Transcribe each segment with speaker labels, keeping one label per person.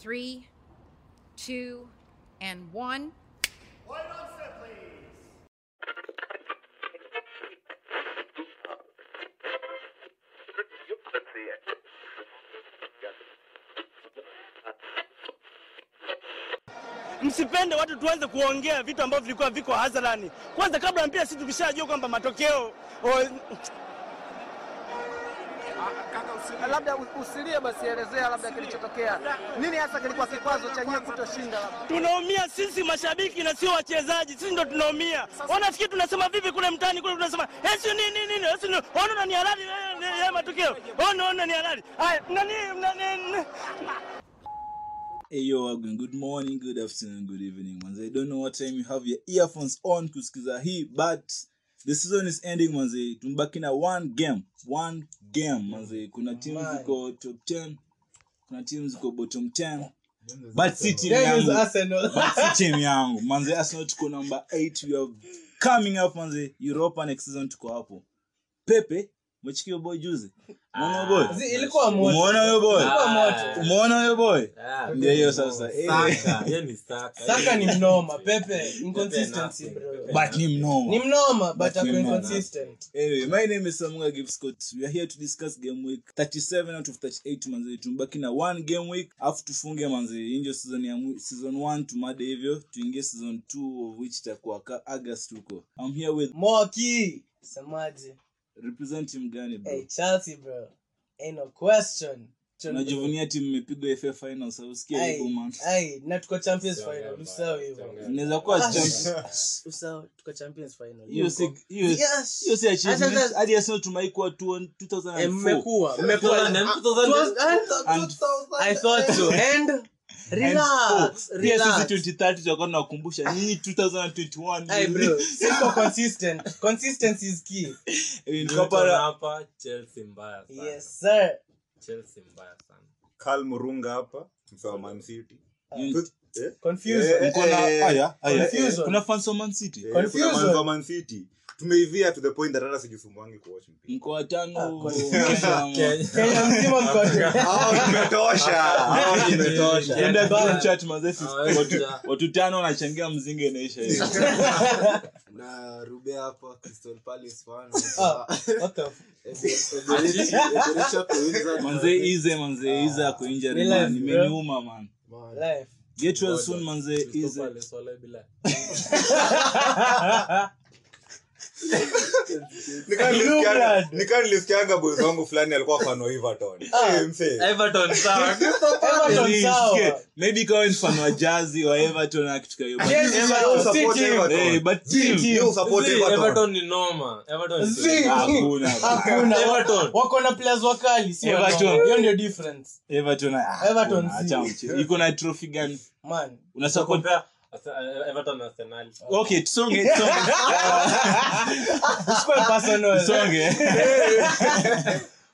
Speaker 1: three, two, and one.
Speaker 2: Quiet on set, please.
Speaker 3: Msipende watu tuanze kuongea vitu ambavyo vilikuwa viko hadharani. Kwanza kabla ya mpira, sisi tukishajua kwamba matokeo o-
Speaker 4: Labda usilie basi, elezea labda kilichotokea, nini hasa kilikuwa kikwazo cha nyie kutoshinda? labda?
Speaker 3: tunaumia sisi mashabiki na sio wachezaji, sisi ndo tunaumia. Wanafikiri tunasema vipi kule mtaani kule, tunasema "Eh, esi nini nini nini, esi nini, ona na ni halali eh, eh, haya matukio, ona ona ni halali haya nani nani nani-
Speaker 5: Hey yo, again. Good morning, good afternoon, good evening, ones. I don't know what time you have your earphones on kusikiza hii, but the season is ending, manze. Tumebaki na one game, one game, manze. Kuna team ziko top 10, kuna team ziko bottom 10. But si team yangu, but si team yangu, manze. Arsenal tuko number 8, we are coming up, manze. Europa next season tuko hapo. Pepe, mwachikio boy juzi. Umeona huyo boy?
Speaker 6: Ah, Zi- ilikuwa moto.
Speaker 5: Umeona huyo boy?
Speaker 6: Ilikuwa moto.
Speaker 5: Umeona huyo boy?
Speaker 6: Ah,
Speaker 5: Ndio hiyo sasa. Eh.
Speaker 7: Saka, yeye ni Saka.
Speaker 6: Saka ni mnoma pepe inconsistency
Speaker 7: Inconsistency,
Speaker 6: bro.
Speaker 7: bro.
Speaker 5: but ni
Speaker 6: ni
Speaker 5: mnoma
Speaker 6: mnoma
Speaker 5: But
Speaker 6: but ako
Speaker 5: ni mnoma.
Speaker 6: inconsistent
Speaker 5: anyway my name is samunga gipscott we are here to discuss game week 37 out of 38 manze tumbaki na one game week afu tufunge manze hii ndio season ya mwi- season 1 tumade hivyo tuingie season 2 of which itakuwa ka- august huko i'm here with
Speaker 6: moki semaje
Speaker 5: represent team gani
Speaker 6: hey,
Speaker 5: bro
Speaker 6: chelsea bro Ain't no question Chon-
Speaker 5: unajivunia timu imepigwa fa finals au sikia
Speaker 6: Ai,
Speaker 5: hivyo man
Speaker 6: ai, na tuko champions
Speaker 7: Usiongee
Speaker 6: final
Speaker 7: mbaya,
Speaker 6: usao hivyo
Speaker 7: usiongee.
Speaker 5: inaweza kuwa
Speaker 6: Ah,
Speaker 5: champ-
Speaker 6: usao tuko champions final
Speaker 5: hiyo si hiyo
Speaker 6: Yes.
Speaker 5: hiyo si achievement
Speaker 6: Hata sasa-
Speaker 5: hadi asio tumaikuwa 2004
Speaker 6: Eh, mmekuwa mmekuwa
Speaker 7: And-
Speaker 6: Twas-
Speaker 5: And-
Speaker 6: I thought so and relax
Speaker 5: Relax.
Speaker 6: relax
Speaker 5: sisi 2030 tutakuwa tunakumbusha nyinyi 2021
Speaker 6: Ai, bro siko consistent consistency is key
Speaker 5: Eh,
Speaker 7: Newton
Speaker 5: nikapata-
Speaker 7: hapa Chelsea mbaya sana.
Speaker 6: yes sir
Speaker 7: Chelsea mbaya sana.
Speaker 2: Karl Murunga hapa, msawa Man City.
Speaker 5: Mm.
Speaker 2: Tu- eh?
Speaker 6: confusion
Speaker 2: Eh,
Speaker 5: Mko na-
Speaker 2: eh,
Speaker 5: aya, aya.
Speaker 6: confusion.
Speaker 5: kuna fans wa Man City?
Speaker 2: Eh, kuna
Speaker 6: Confusion.
Speaker 2: fans wa Man City. tumeivia to the point that hata sijisumbuangi kuwatch mpira
Speaker 5: mko watano
Speaker 6: Ah,
Speaker 5: mnasema-
Speaker 6: kenya mzima mkoa
Speaker 2: Hao tumetosha
Speaker 6: Ah,
Speaker 2: Hao tumetosha
Speaker 5: Ah, Tuende
Speaker 6: Kenya.
Speaker 5: group chat mazee, sisi-
Speaker 7: Ah,
Speaker 5: watu-
Speaker 7: ja.
Speaker 5: watu tano wanachangia mzinga inaisha hiyo.
Speaker 8: na rube hapa crystal palace fan
Speaker 6: Ah, what the f-
Speaker 5: Manze, ize manze ize ako injured,
Speaker 6: Realize,
Speaker 5: man.
Speaker 6: Ah, bro.
Speaker 5: Imeniuma, man
Speaker 6: life
Speaker 5: get well soon manze
Speaker 7: Crystal
Speaker 5: ize
Speaker 7: Palace wala bila.
Speaker 2: Nikaa
Speaker 6: Blue
Speaker 2: nilisikianga-
Speaker 6: blood.
Speaker 2: nikaa nilisikianga boys wangu fulani alikuwa fan wa Everton Eh, msee.
Speaker 7: Everton sawa.
Speaker 6: Everton sawa.
Speaker 5: Sikia, maybe ikawa ni fan wa Jazi, wa Everton na kitu kama hiyo,
Speaker 6: Chelsea
Speaker 2: Everton
Speaker 6: sawa, si
Speaker 2: support
Speaker 6: team.
Speaker 2: Everton.
Speaker 5: Hey, Eh, but team.
Speaker 2: You support
Speaker 7: Zii,
Speaker 2: Everton.
Speaker 7: Everton ni noma. Everton ni
Speaker 6: Zii.
Speaker 5: but
Speaker 7: noma.
Speaker 5: hakuna, bro.
Speaker 6: Hakuna, wa-
Speaker 7: Everton.
Speaker 6: wako na players wakali si
Speaker 5: Everton.
Speaker 6: wanaona. hiyo ndio difference
Speaker 5: Everton, ah,
Speaker 6: Everton,
Speaker 5: hakuna,
Speaker 6: si.
Speaker 5: acha mche. iko na trophy gani
Speaker 6: man
Speaker 5: una support
Speaker 7: Compare Asa- Everton na Arsenal.
Speaker 5: okay tusonge tusonge
Speaker 6: Usikue personal
Speaker 5: tusonge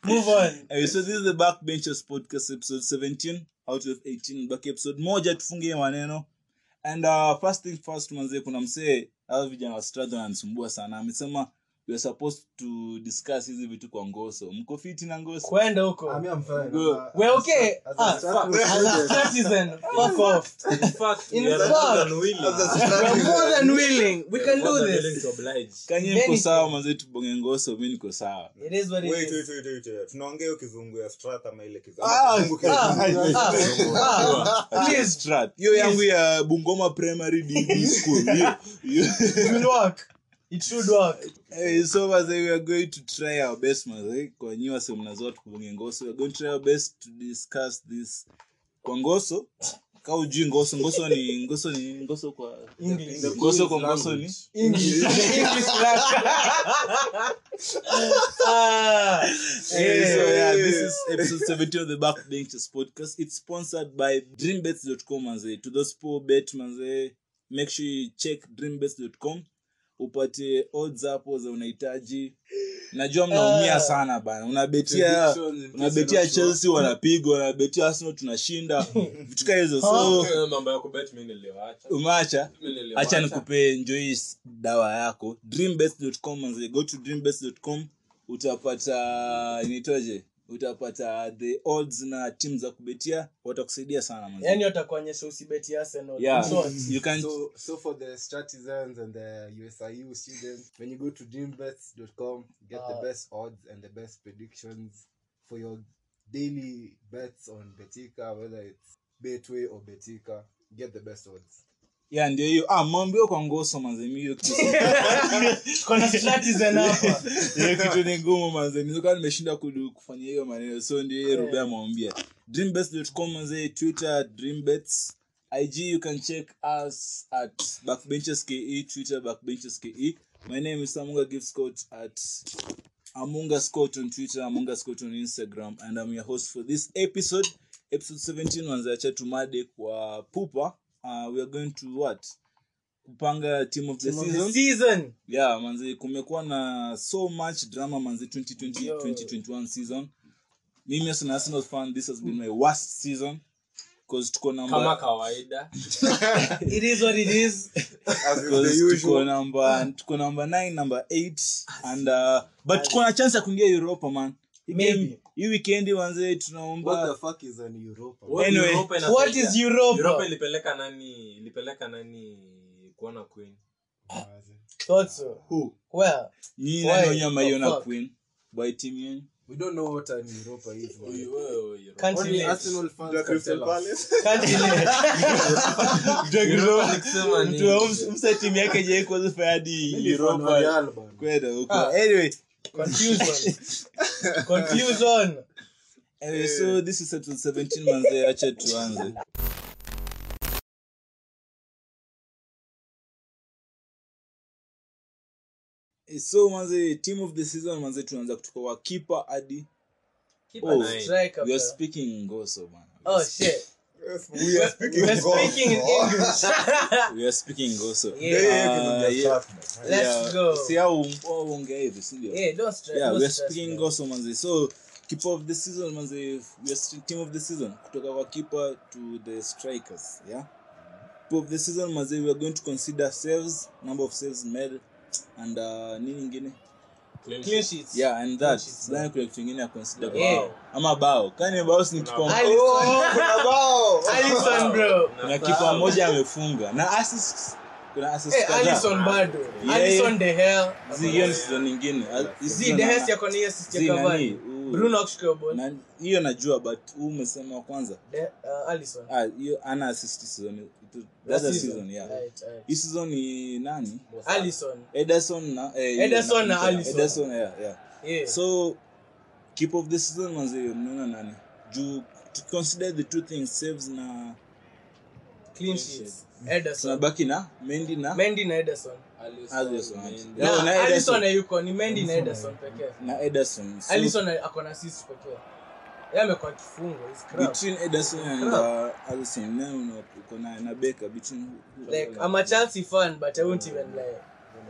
Speaker 6: move on
Speaker 5: Anyway, so this is the backbenchers podcast episode 17 out of 18 back episode moja tufunge hii maneno and uh, first thing first manzee kuna msee hawa vijana wa stradha wananisumbua sana amesema we are supposed to discuss hizi vitu kwa ngoso mko fiti na ngoso
Speaker 6: kwenda huko we okay ah as a citizen fuck off
Speaker 7: In fact,
Speaker 6: In
Speaker 7: we are
Speaker 6: fact.
Speaker 7: more than willing.
Speaker 6: we are more than willing we
Speaker 7: We are
Speaker 6: can
Speaker 7: more
Speaker 6: do
Speaker 7: than willing
Speaker 6: this
Speaker 7: to oblige.
Speaker 5: kanye mko
Speaker 6: Many-
Speaker 5: sawa manzee tubonge ngoso mi niko sawa
Speaker 6: it is what it
Speaker 2: Wait, wait,
Speaker 6: is
Speaker 2: wait, wait, wait. tunaongea hiyo kizungu ya Strath ama ile kizungu-
Speaker 5: Ah,
Speaker 2: kizungu kile
Speaker 6: ah,
Speaker 2: kizungu-
Speaker 6: ah,
Speaker 2: kizungu-
Speaker 6: ah, please
Speaker 5: Strat. hiyo yangu ya bungoma primary DD school hiyo- hiyo
Speaker 6: it will work it should work
Speaker 5: Hey, so as we are going to try our best mazee kwa nyi wasemna zote kubonge ngoso we are going to try our best to discuss this kwa ngoso ka ujui ngoso ngoso ni ngoso ni ngoso kwa
Speaker 6: english
Speaker 5: ngoso kwa ngoso ni
Speaker 6: english english ah
Speaker 5: Hey, so yeah,
Speaker 6: eh.
Speaker 5: this is episode 70 of the Backbenchers podcast. It's sponsored by dreambets.com manze. To those poor bet manze, make sure you check dreambets.com upate odds hapo za unahitaji. Najua mnaumia
Speaker 6: Ah.
Speaker 5: sana bana. Unabetia unabetia Chelsea wanapigwa, unabetia Arsenal tunashinda. Vitu kama hizo. So
Speaker 7: Eh, mambo ya kubet mi niliwacha.
Speaker 5: umeacha
Speaker 7: Mi niliwacha.
Speaker 5: acha nikupe njoi dawa yako dreambest.com manze go to dreambest.com utapata inaitwaje utapata the odds na timu za kubetia watakusaidia sana manze.
Speaker 6: yani watakuonyesha usibeti arsenal
Speaker 5: yeah.
Speaker 6: In short.
Speaker 5: you can
Speaker 8: So, so for the Stratizens and the USIU students, when you go to dreambets.com, get
Speaker 6: Ah.
Speaker 8: the best odds and the best predictions for your daily bets on Betika, whether it's Betway or Betika. Get the best odds.
Speaker 5: yeah ndio hiyo ah mwambie kwa ngoso manze mi hiyo kitu
Speaker 6: kuna Stratizens hapa
Speaker 5: hiyo kitu ni ngumu manze nizokaa nimeshinda kudu- kufanya hiyo maneno so ndio hiyo rubea mwambia dreambets.com manze twitter dreambets ig you can check us at backbenchers ke twitter backbenchers ke my name is amunga gives Scott at amunga scott on twitter amunga scott on instagram and i'm your host for this episode episode 17 manze acha tumade kwa pupa uh, we are going to what kupanga team of the season
Speaker 6: season
Speaker 5: yeah manzi kumekuwa na so much drama manzi 2020
Speaker 6: Yo.
Speaker 5: 2021 season mimi as an arsenal fan this has been my worst season because tuko
Speaker 7: kama
Speaker 5: namba
Speaker 7: kawaida
Speaker 6: it is what it is
Speaker 2: As is the
Speaker 5: 'cause tuko
Speaker 2: usual.
Speaker 5: namba tuko namba 9 namba 8 and uh, but tuko na chance ya kuingia europa man Hii game-
Speaker 6: Maybe.
Speaker 5: hii weekend manzi
Speaker 8: What the
Speaker 5: tunaomba
Speaker 8: fuck is an Europa?
Speaker 5: Anyway,
Speaker 7: Europa inasaidia.
Speaker 6: what is
Speaker 7: Europa
Speaker 6: europa
Speaker 7: ilipeleka nani ilipeleka nani kuona queen
Speaker 6: thought so
Speaker 5: Who?
Speaker 6: well
Speaker 5: nyinyi
Speaker 6: Why?
Speaker 5: nani wenyewe
Speaker 6: Oh,
Speaker 5: maiona
Speaker 6: fuck.
Speaker 5: queen by team yenu
Speaker 8: We don't know what an Europa is. man.
Speaker 7: Wewe, wewe, Europa.
Speaker 6: Can't
Speaker 8: Only
Speaker 6: relate.
Speaker 8: Arsenal fans
Speaker 2: The
Speaker 8: can
Speaker 2: Crystal
Speaker 8: tell us.
Speaker 2: Palace.
Speaker 6: Can't relate.
Speaker 7: Europa ni kusema nini?
Speaker 5: mtu wa msa timu yake jaikwazfa hadi
Speaker 8: Maybe if I'm
Speaker 5: europa
Speaker 8: Real, man.
Speaker 5: kwenda huko
Speaker 6: Ah.
Speaker 5: anyway
Speaker 6: confusion confusion
Speaker 5: Anyway, so this is episode 17 manze acha tuanze Eh, so manze team of the season manze tunaanza kutoka wa keeper hadi
Speaker 7: Keeper
Speaker 5: oh,
Speaker 7: nine.
Speaker 6: strike up
Speaker 5: we are speaking ngoso man We are
Speaker 6: oh shit
Speaker 2: Yes, we are speaking
Speaker 6: we're
Speaker 2: of God.
Speaker 6: speaking in english
Speaker 5: sp- we are speaking ngoso
Speaker 2: Yeah,
Speaker 6: uh, yeah
Speaker 2: yeah,
Speaker 5: Ah,
Speaker 2: yeah,
Speaker 5: yeah.
Speaker 6: let's go
Speaker 5: si au ongea hivi si ndio
Speaker 6: yeah don't stress
Speaker 5: yeah
Speaker 6: don't
Speaker 5: we are
Speaker 6: stress,
Speaker 5: speaking
Speaker 6: man.
Speaker 5: also manze so keeper of the season manze we are st- team of the season kutoka kwa keeper to the strikers yeah keeper of the season manze we are going to consider saves number of saves made and uh, nini ingine
Speaker 7: Clean
Speaker 6: clean
Speaker 7: sheet.
Speaker 6: sheets
Speaker 5: yeah and that
Speaker 6: sheets,
Speaker 5: sidhani kuna kitu ingine ya consider kwa
Speaker 6: Yeah.
Speaker 5: bao ama bao kani bao si ni kipa
Speaker 6: Alisson.
Speaker 2: Wow.
Speaker 6: Alisson bro
Speaker 5: kuna kipa moja amefunga na assist kuna assist
Speaker 6: Eh,
Speaker 5: kadhaa
Speaker 6: Alisson bado.
Speaker 5: Yeah.
Speaker 6: Alisson De Gea.
Speaker 5: Zi- hiyo ni season nyingine Al- hii
Speaker 6: Zi,
Speaker 5: season
Speaker 6: De Gea
Speaker 5: na-
Speaker 6: si ako na hiyo assist ya
Speaker 5: Zi, nani?
Speaker 6: Cavani.
Speaker 5: Huyu.
Speaker 6: Bruno hakushika hiyo ball.
Speaker 5: Na- hiyo najua but huu umesema wa kwanza
Speaker 6: De- uh, Alisson.
Speaker 5: Ah, hiyo ana assist hii season It- that
Speaker 6: Season.
Speaker 5: season yeah
Speaker 6: Right, right.
Speaker 5: hii season ni nani
Speaker 6: Alisson.
Speaker 5: ederson na eh, yule
Speaker 6: Ederson na
Speaker 5: anamwita-
Speaker 6: Alisson.
Speaker 5: Ederson, yeah, yeah.
Speaker 6: Yeah.
Speaker 5: so keep of the season manze mnaona nani juu to consider the two things saves na
Speaker 6: Clean sheets. Ederson.
Speaker 5: tunabaki na mendi na
Speaker 6: Mendy na Ederson.
Speaker 5: Alisson,
Speaker 7: Mendy.
Speaker 5: yeah. No, na
Speaker 6: Na Alisson
Speaker 5: Ederson.
Speaker 6: hayuko, ni Mendy na Ederson pekee.
Speaker 5: na ederson So,
Speaker 6: Alisson ako na assist pekee. Yeye amekuwa kifungo, he's crap.
Speaker 5: between ederson and uh, alisson naye una- uko na na Becker, between who- who-
Speaker 6: Like, I'm a Chelsea fan, but I won't even lie.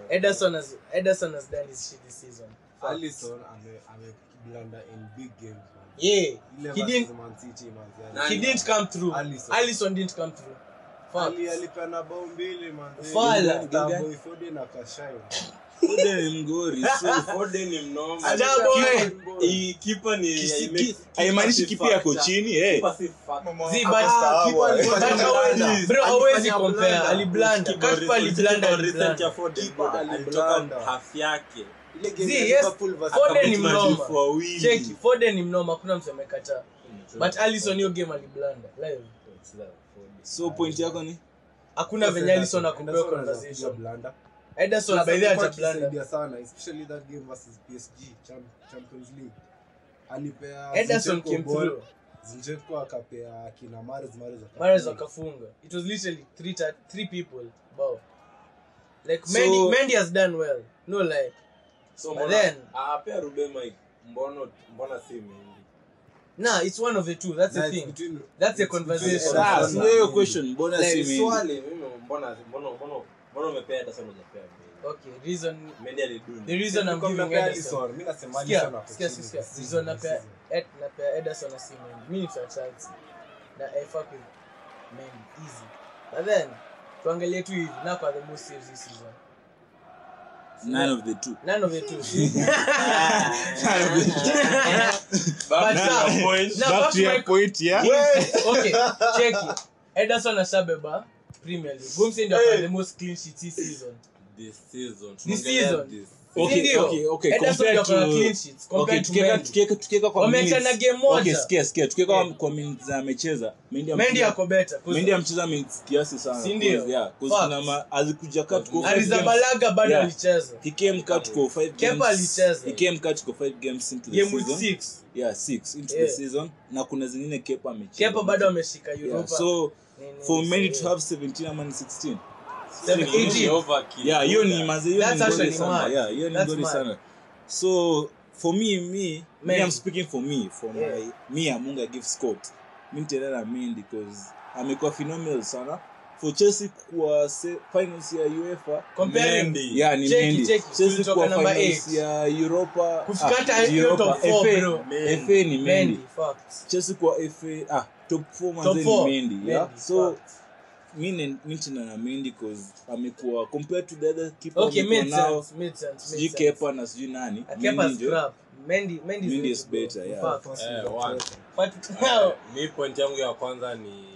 Speaker 6: Ederson has, Ederson has done his shit this season.
Speaker 8: Alisson ame ame blunder in big games. Man.
Speaker 6: Yeah.
Speaker 8: Ile
Speaker 6: He
Speaker 8: versus
Speaker 6: didn't
Speaker 8: Man City man.
Speaker 7: Nani?
Speaker 6: he didn't come through. Allison,
Speaker 8: Alisson.
Speaker 6: didn't come through. Fuck.
Speaker 8: Ali alipeana bao mbili man.
Speaker 6: Fala.
Speaker 8: Tambo ifode na kashai. man.
Speaker 5: Foden ni mgori so
Speaker 7: Foden ni mnoma.
Speaker 6: Ajabu, eh.
Speaker 7: Hii kipa ni- ime-
Speaker 5: Kisi-
Speaker 7: kipa
Speaker 5: haimaanishi
Speaker 7: si
Speaker 5: kipi yako
Speaker 7: factor.
Speaker 5: chini eh.
Speaker 7: Kipa si factor.
Speaker 6: Zee,
Speaker 2: Ah,
Speaker 6: but-
Speaker 2: ah,
Speaker 6: keep on-
Speaker 2: boy.
Speaker 6: but hawezi- bro, hawezi compare. Aliblanda.
Speaker 7: Kipa
Speaker 6: Kaspa aliblanda,
Speaker 7: recent ya
Speaker 6: aliblanda.
Speaker 7: Foden,
Speaker 8: Kipa
Speaker 7: brother,
Speaker 8: aliblanda.
Speaker 7: alitoka half yake.
Speaker 8: Ile game
Speaker 6: Zee,
Speaker 8: ya
Speaker 6: yes.
Speaker 8: Liverpool versus
Speaker 6: Foden
Speaker 7: Akapita
Speaker 6: ni mnoma.
Speaker 7: majifu wawili.
Speaker 6: Cheki, Foden ni mnoma, hakuna mtu amekataa. But Alisson hiyo game aliblanda live.
Speaker 5: so point yako ni
Speaker 6: Hakuna venye Alisson akupewa
Speaker 8: Ederson anapiga
Speaker 6: conversation.
Speaker 8: blunder.
Speaker 6: Ederson by the way
Speaker 8: Alikuwa
Speaker 6: atablanda.
Speaker 8: akisaidia sana especially that game versus PSG Cham- Champions League. Alipea
Speaker 6: Ederson
Speaker 8: Zinchenko
Speaker 6: came
Speaker 8: ball.
Speaker 6: through.
Speaker 8: Zinchenko akapea kina Mahrez Mahrez akafunga.
Speaker 6: Mahrez wakafunga. It was literally three ta- three people. Wow. Like
Speaker 5: So-
Speaker 6: Mendy, Mendy has done well. No lie.
Speaker 7: So
Speaker 6: But
Speaker 7: mbona-
Speaker 6: then-
Speaker 7: ah, pia Ruben Mike, mbona- mbona si Mendy?
Speaker 6: Nah, it's one of the two. That's the
Speaker 8: Nice,
Speaker 6: thing.
Speaker 8: between-
Speaker 6: That's a
Speaker 8: it's between
Speaker 6: conversation.
Speaker 8: Ederson
Speaker 5: Ah,
Speaker 8: na-
Speaker 5: sio hiyo question mbona
Speaker 6: Like,
Speaker 5: si mimi
Speaker 7: Swali, mimi mbona- mbona- mbona- mbona umepea Ederson hujapea Mendy?
Speaker 6: Okay, reason
Speaker 7: Mendy alidunda.
Speaker 6: the reason I'm
Speaker 8: Nilikuwa
Speaker 6: giving
Speaker 8: mnapea
Speaker 6: Ederson.
Speaker 8: Alisson. Mimi nasema
Speaker 6: Sikia,
Speaker 8: Alisson ako
Speaker 6: sikia,
Speaker 8: chini
Speaker 6: sikia.
Speaker 8: this
Speaker 6: Reason
Speaker 8: season,
Speaker 6: napea
Speaker 8: this season.
Speaker 6: Ed napea Ederson na si Mendy. Mimi ni fan Chelsea. Na I fuck with Mendy easy. But then tuangalie tu hivi na kwa the most serious this season.
Speaker 5: none of the two
Speaker 6: None of the two.
Speaker 7: Back
Speaker 6: But
Speaker 7: to
Speaker 6: now-
Speaker 7: your point.
Speaker 6: now
Speaker 5: back
Speaker 6: back
Speaker 5: to your
Speaker 6: my-
Speaker 5: point yeah
Speaker 6: okay, check it. Ederson Ashabeba, Premier League. Gumsi ndio hey. the most clean sheet this season.
Speaker 7: This season.
Speaker 6: This
Speaker 7: tunaongelea
Speaker 6: season.
Speaker 7: this.
Speaker 5: Okay,
Speaker 6: Ndio. Eh,
Speaker 5: okay, okay,
Speaker 6: Ederson
Speaker 5: compared
Speaker 6: ndio ako na
Speaker 5: to-
Speaker 6: clean sheets
Speaker 5: Okay,
Speaker 6: compared to
Speaker 5: tukiweka-
Speaker 6: Mendy.
Speaker 5: tukiweka- tukiweka kwa
Speaker 6: Wameachana
Speaker 5: minutes-
Speaker 6: game moja.
Speaker 5: Okay, sikia, sikia, tukiweka kwa-
Speaker 6: Eh.
Speaker 5: kwa minutes za amecheza Mendy
Speaker 6: Mendy
Speaker 5: amecheza-
Speaker 6: ako better. 'cause
Speaker 5: Mendy amecheza minutes kiasi sana
Speaker 6: Si ndio?
Speaker 5: 'cause, yeah, 'cause
Speaker 6: Facts.
Speaker 5: kuna ma- alikuja cut kwa five games.
Speaker 6: Arrizabalaga bado
Speaker 5: Yeah.
Speaker 6: alicheza.
Speaker 5: He came cut for five
Speaker 6: Kepa
Speaker 5: games-
Speaker 6: alicheza.
Speaker 5: he came cut for five games into the
Speaker 6: Game week
Speaker 5: season.
Speaker 6: 6.
Speaker 5: Yeah, six into the
Speaker 6: Yeah.
Speaker 5: season. na kuna zingine kepa amecheza.
Speaker 6: Kepa bado ameshika
Speaker 5: Yeah,
Speaker 6: Europa.
Speaker 5: so
Speaker 6: Nini,
Speaker 5: for
Speaker 6: so,
Speaker 5: Mendy
Speaker 6: yeah.
Speaker 5: to have 17 ama ni 16
Speaker 6: Seven,
Speaker 7: Hii ni
Speaker 6: eighteen.
Speaker 7: overkill.
Speaker 5: yeah hiyo ni maze hiyo ni
Speaker 6: That's
Speaker 5: ngori
Speaker 6: actually
Speaker 5: sana.
Speaker 6: mad.
Speaker 5: Yeah, hiyo ni
Speaker 6: That's
Speaker 5: ngori
Speaker 6: mad.
Speaker 5: sana so for me me me
Speaker 6: Mendy.
Speaker 5: I'm speaking for me for
Speaker 6: Yeah.
Speaker 5: my me Amunga give Scott mi nitaenda na Mendy because amekuwa phenomenal sana for Chelsea kuwa se- finals ya UEFA
Speaker 6: Compare him.
Speaker 7: Mendy.
Speaker 5: yeah ni
Speaker 6: Cheki,
Speaker 5: Mendy
Speaker 6: cheki.
Speaker 5: Chelsea
Speaker 6: Kutoka
Speaker 5: kuwa
Speaker 6: number
Speaker 5: finals
Speaker 6: eight.
Speaker 5: ya Europa
Speaker 6: Kufikata
Speaker 5: ah,
Speaker 6: hiyo
Speaker 5: Europa,
Speaker 6: top four,
Speaker 5: FA
Speaker 6: bro.
Speaker 5: FA ni Mendy
Speaker 6: Mendy, facts.
Speaker 5: Chelsea kuwa FA ah top 4
Speaker 6: Top
Speaker 5: manzeni
Speaker 6: four.
Speaker 5: Mendy yeah
Speaker 6: Mendy,
Speaker 5: so
Speaker 6: facts.
Speaker 5: mi ne- mi tena na Mendy 'cause amekuwa compared to the other keeper
Speaker 6: Okay,
Speaker 5: amekuwa
Speaker 6: made
Speaker 5: nao
Speaker 6: sense, made sense,
Speaker 5: sijui
Speaker 6: made sense.
Speaker 5: kepa na sijui nani Mendy
Speaker 6: Kepa's
Speaker 5: ndio.
Speaker 6: crap. Mendy, Mendy's
Speaker 5: Mendy
Speaker 6: way
Speaker 5: is
Speaker 6: to go.
Speaker 5: better, yeah.
Speaker 6: Facts.
Speaker 7: Eh, one.
Speaker 6: But
Speaker 7: Eh,
Speaker 6: now,
Speaker 7: mi point yangu ya kwanza ni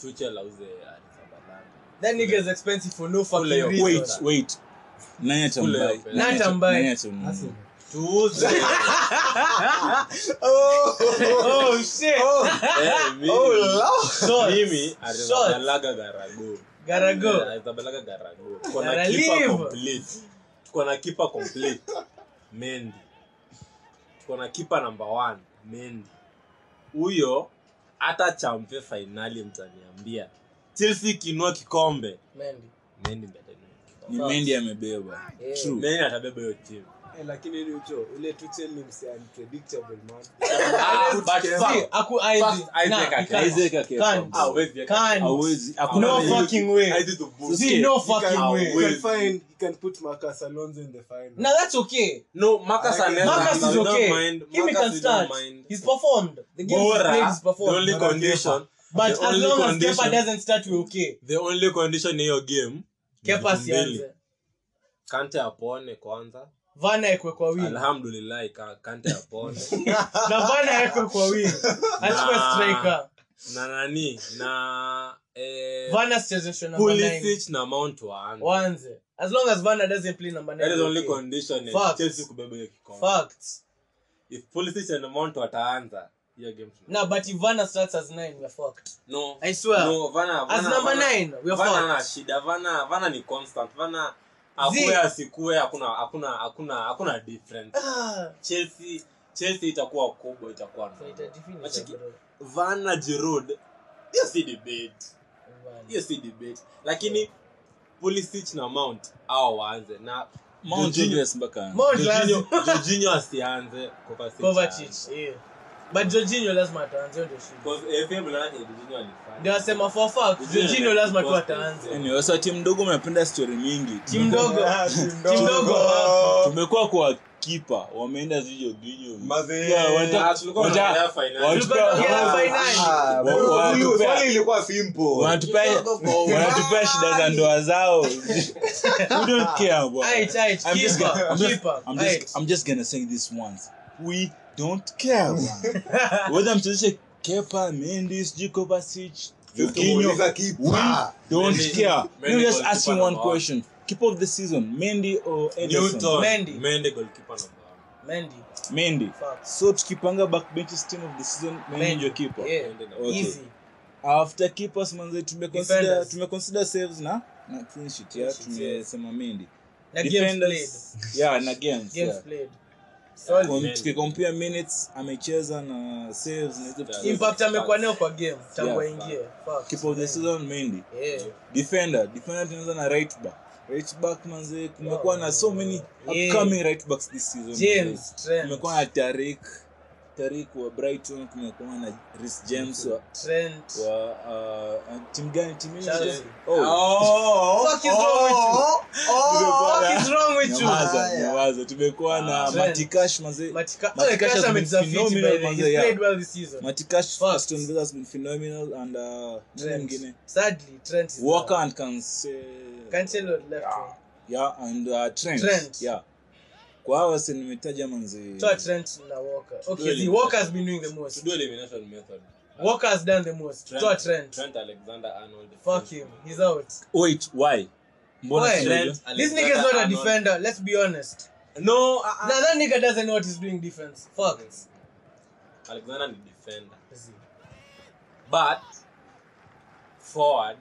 Speaker 7: tuchel auze Arrizabalaga.
Speaker 6: that nigga is expensive for no fucking
Speaker 7: Kule yo.
Speaker 6: reason.
Speaker 5: wait wait nani atambai?
Speaker 7: Kule hapa.
Speaker 5: Nani
Speaker 6: Nani
Speaker 5: atam-
Speaker 6: atambai?
Speaker 5: nani atamnunua?
Speaker 7: Tuuze.
Speaker 6: Oh shit!
Speaker 7: Eh, mimi-
Speaker 6: Shots.
Speaker 7: mimi
Speaker 6: Shots.
Speaker 7: Arrizabalaga garago
Speaker 6: Garago.
Speaker 7: Arrizabalaga garago tuko na
Speaker 6: Gara
Speaker 7: keeper
Speaker 6: leave.
Speaker 7: complete tuko na keeper complete Mendy tuko na keeper number one Mendy huyo hata champe fainali mtaniambia Chelsea kinua kikombe
Speaker 6: Mendy.
Speaker 7: Mendy ndiye atainua kikombe.
Speaker 5: ni Mendy amebeba
Speaker 6: Yeah.
Speaker 5: True.
Speaker 7: Mendy atabeba hiyo team
Speaker 8: Eh, lakini ni ucho ule tuchel ni msi unpredictable man
Speaker 7: Ah, but
Speaker 6: See,
Speaker 7: fuck.
Speaker 6: aku Isaac.
Speaker 7: First Isaac
Speaker 6: Nah, you
Speaker 7: Ake-
Speaker 6: can't.
Speaker 5: Isaac Ake-
Speaker 6: Can't.
Speaker 5: Ah,
Speaker 7: Hawezi aka-
Speaker 6: Can't.
Speaker 5: Hawezi- hakuna
Speaker 6: No
Speaker 5: vile-
Speaker 6: fucking way.
Speaker 7: Haizi tubu-
Speaker 6: See, no fucking
Speaker 7: Hawezi.
Speaker 6: way.
Speaker 8: He can find he can put Marcus Alonso in the final
Speaker 6: Now that's okay.
Speaker 7: No, Marcus
Speaker 8: Like,
Speaker 7: anaweza-
Speaker 6: Marcus
Speaker 7: we
Speaker 6: is
Speaker 7: don't
Speaker 6: okay.
Speaker 7: mind.
Speaker 6: Him he
Speaker 7: Marcus,
Speaker 6: can
Speaker 7: we don't
Speaker 6: start.
Speaker 7: mind.
Speaker 6: He's performed. The game he's
Speaker 7: Bora,
Speaker 6: played is
Speaker 7: the only
Speaker 6: performed.
Speaker 7: condition,
Speaker 6: But
Speaker 7: the
Speaker 6: as
Speaker 7: only
Speaker 6: long as
Speaker 7: condition-
Speaker 6: Kepa doesn't start, we're okay.
Speaker 7: the only condition in your game ni
Speaker 6: Kepa
Speaker 7: vitu mbili.
Speaker 6: sianze.
Speaker 7: kante apone kwanza
Speaker 6: Vana ekwe kwa wing.
Speaker 7: alhamdulillahi ka- kante apone
Speaker 6: Na Vana ekwe kwa wing. Achukue
Speaker 7: Nah.
Speaker 6: striker.
Speaker 7: na nani na eh,
Speaker 6: Vana sichezeshwe number nine.
Speaker 7: Pulisic na mount waanze
Speaker 6: Waanze. As long as Vana doesn't play number
Speaker 7: that
Speaker 6: nine.
Speaker 7: is
Speaker 6: we're
Speaker 7: only
Speaker 6: okay.
Speaker 7: condition eh,
Speaker 6: Facts.
Speaker 7: Chelsea kubeba hiyo kikombe
Speaker 6: Facts.
Speaker 7: if Pulisic and mount wataanza hiyo game tuna-
Speaker 6: Nah, but if Vana starts as nine, we're fucked.
Speaker 7: no
Speaker 6: I swear.
Speaker 7: no Vana
Speaker 6: As
Speaker 7: Vana-
Speaker 6: number
Speaker 7: Vana-
Speaker 6: nine, we are
Speaker 7: Vana
Speaker 6: fucked.
Speaker 7: ana shida Vana Vana ni constant Vana
Speaker 6: Zee.
Speaker 7: akue asikue hakuna hakuna hakuna hakuna difference
Speaker 6: Ah.
Speaker 7: Chelsea Chelsea itakuwa kubwa itakuwa
Speaker 6: So it
Speaker 7: ndogo.
Speaker 6: had finished,
Speaker 7: Wacheki,
Speaker 6: bro.
Speaker 7: Vana Giroud hiyo si debate
Speaker 6: Vana.
Speaker 7: hiyo si debate lakini Pulisic na Mount hao waanze na
Speaker 5: Mount
Speaker 7: Jorginho-
Speaker 5: Julius mpaka
Speaker 6: Mount lazima.
Speaker 7: Jorginho Jorginho asianze Kovacic aanze.
Speaker 6: Kovacic, yeah. But Jorginho lazima ataanze ndio shida.
Speaker 7: 'Cause FA mlana Jorginho alifanya.
Speaker 6: Ndio asema for a fact Jorginho lazima tu ataanze.
Speaker 5: Anyway, sasa timu ndogo mnapenda story mingi
Speaker 6: Timu ndogo, timu ndogo
Speaker 2: Oh,
Speaker 5: tumekuwa kwa kipa wameenda sijui Jorginho.
Speaker 2: Maze.
Speaker 5: Yeah, wata-
Speaker 7: Ah, tulikuwa
Speaker 5: wata-
Speaker 7: tunaongelea finali.
Speaker 5: wata-
Speaker 6: Tulikuwa tunaongelea
Speaker 5: wata-
Speaker 6: finali.
Speaker 2: ah,
Speaker 5: Wa- wa-
Speaker 2: swali-
Speaker 5: tupea-
Speaker 2: swali ilikuwa simple
Speaker 5: wanatupea wanatupea shida za ndoa zao we don't care bwana.
Speaker 6: Aight, aight,
Speaker 5: I'm just
Speaker 6: keeper,
Speaker 5: gonna- I'm just-
Speaker 6: keeper,
Speaker 5: I'm just-
Speaker 6: aight.
Speaker 5: I'm just gonna say this once we don't care bwana. whether mchezeshe kepa mendy sijui Kovacic, Jorginho,
Speaker 2: Tukimuuliza
Speaker 5: we
Speaker 2: kipa.
Speaker 5: don't
Speaker 7: Mendy-
Speaker 5: care
Speaker 7: Mendy
Speaker 5: Let me just
Speaker 7: goalkeeper
Speaker 5: ask you
Speaker 7: number
Speaker 5: one
Speaker 7: one.
Speaker 5: question keep of the season mendy or Ederson?
Speaker 7: Newton
Speaker 6: Mendy.
Speaker 7: Mendy goalkeeper number one.
Speaker 6: Mendy.
Speaker 5: mendy
Speaker 6: Fuck.
Speaker 5: so tukipanga backbenches team of the season mendy
Speaker 6: Mendy.
Speaker 5: ndio keeper
Speaker 6: Yeah.
Speaker 7: Mendy number
Speaker 5: Okay.
Speaker 6: Easy.
Speaker 5: after keepers manze tumeconsider
Speaker 6: Defenders.
Speaker 5: tumeconsider saves na na clean sheet yeah
Speaker 6: Clean sheet,
Speaker 5: tumesema mendy
Speaker 6: Na games played.
Speaker 5: defenders yeah na games
Speaker 6: Games
Speaker 5: yeah
Speaker 6: played.
Speaker 5: Com-
Speaker 6: Solid.
Speaker 7: Mendy.
Speaker 5: tukikompea minutes amecheza na saves na hizo vitu zote.
Speaker 6: Impact amekuwa nayo kwa game tangu
Speaker 5: Yeah,
Speaker 6: aingie. Fuck.
Speaker 5: keeper of the season mendy
Speaker 6: Yeah.
Speaker 5: defender defender tunaanza na right back right back manze kumekuwa na so many
Speaker 6: Yeah.
Speaker 5: upcoming right backs this season
Speaker 6: James
Speaker 5: manze.
Speaker 6: Trent.
Speaker 5: kumekuwa na tarik tarik wa brighton kumekuwa na Reece james wa,
Speaker 6: Trent.
Speaker 5: wa uh, timu gani timu hiyo?
Speaker 6: Chelsea.
Speaker 5: oh
Speaker 6: Fuck is wrong with you? Fuck Oh, is wrong with
Speaker 5: Tumekuwa na-
Speaker 6: you?
Speaker 5: Nyamaza, nyamaza. tumekuwa na
Speaker 6: Trent.
Speaker 5: matikash mazee
Speaker 6: Matika- eh,
Speaker 5: Matikash
Speaker 6: Matika
Speaker 5: has been
Speaker 6: amejizafiti,
Speaker 5: phenomenal
Speaker 6: by the way.
Speaker 5: kwanza,
Speaker 6: eh, He's
Speaker 5: yeah.
Speaker 6: played well this season.
Speaker 5: matikash
Speaker 6: Facts.
Speaker 5: Aston Villa has been phenomenal and uh, nani
Speaker 6: Trent.
Speaker 5: mwingine
Speaker 6: Sadly, Trent is
Speaker 5: walker
Speaker 6: out.
Speaker 5: and Canse-
Speaker 6: Cancelo left wing.
Speaker 5: yeah and uh, Trent.
Speaker 6: Trent.
Speaker 5: yeah kwa hawa si nimetaja manzi
Speaker 6: Toa Trent na Walker. Okay,
Speaker 7: Really?
Speaker 6: see, Walker has been doing the most.
Speaker 7: do elimination method
Speaker 6: Walker has done the most. Toa Trent.
Speaker 7: Trent Alexander Arnold
Speaker 6: Fuck him. He's out.
Speaker 5: wait why mbona
Speaker 6: Why?
Speaker 5: sijajua?
Speaker 7: Trent
Speaker 6: This
Speaker 7: Alexander
Speaker 6: nigga's not a
Speaker 7: Arnold.
Speaker 6: defender. Let's be honest.
Speaker 7: no uh,
Speaker 6: Now that nigga doesn't know what he's doing defense. Fuck.
Speaker 7: Alexander ni defender but forward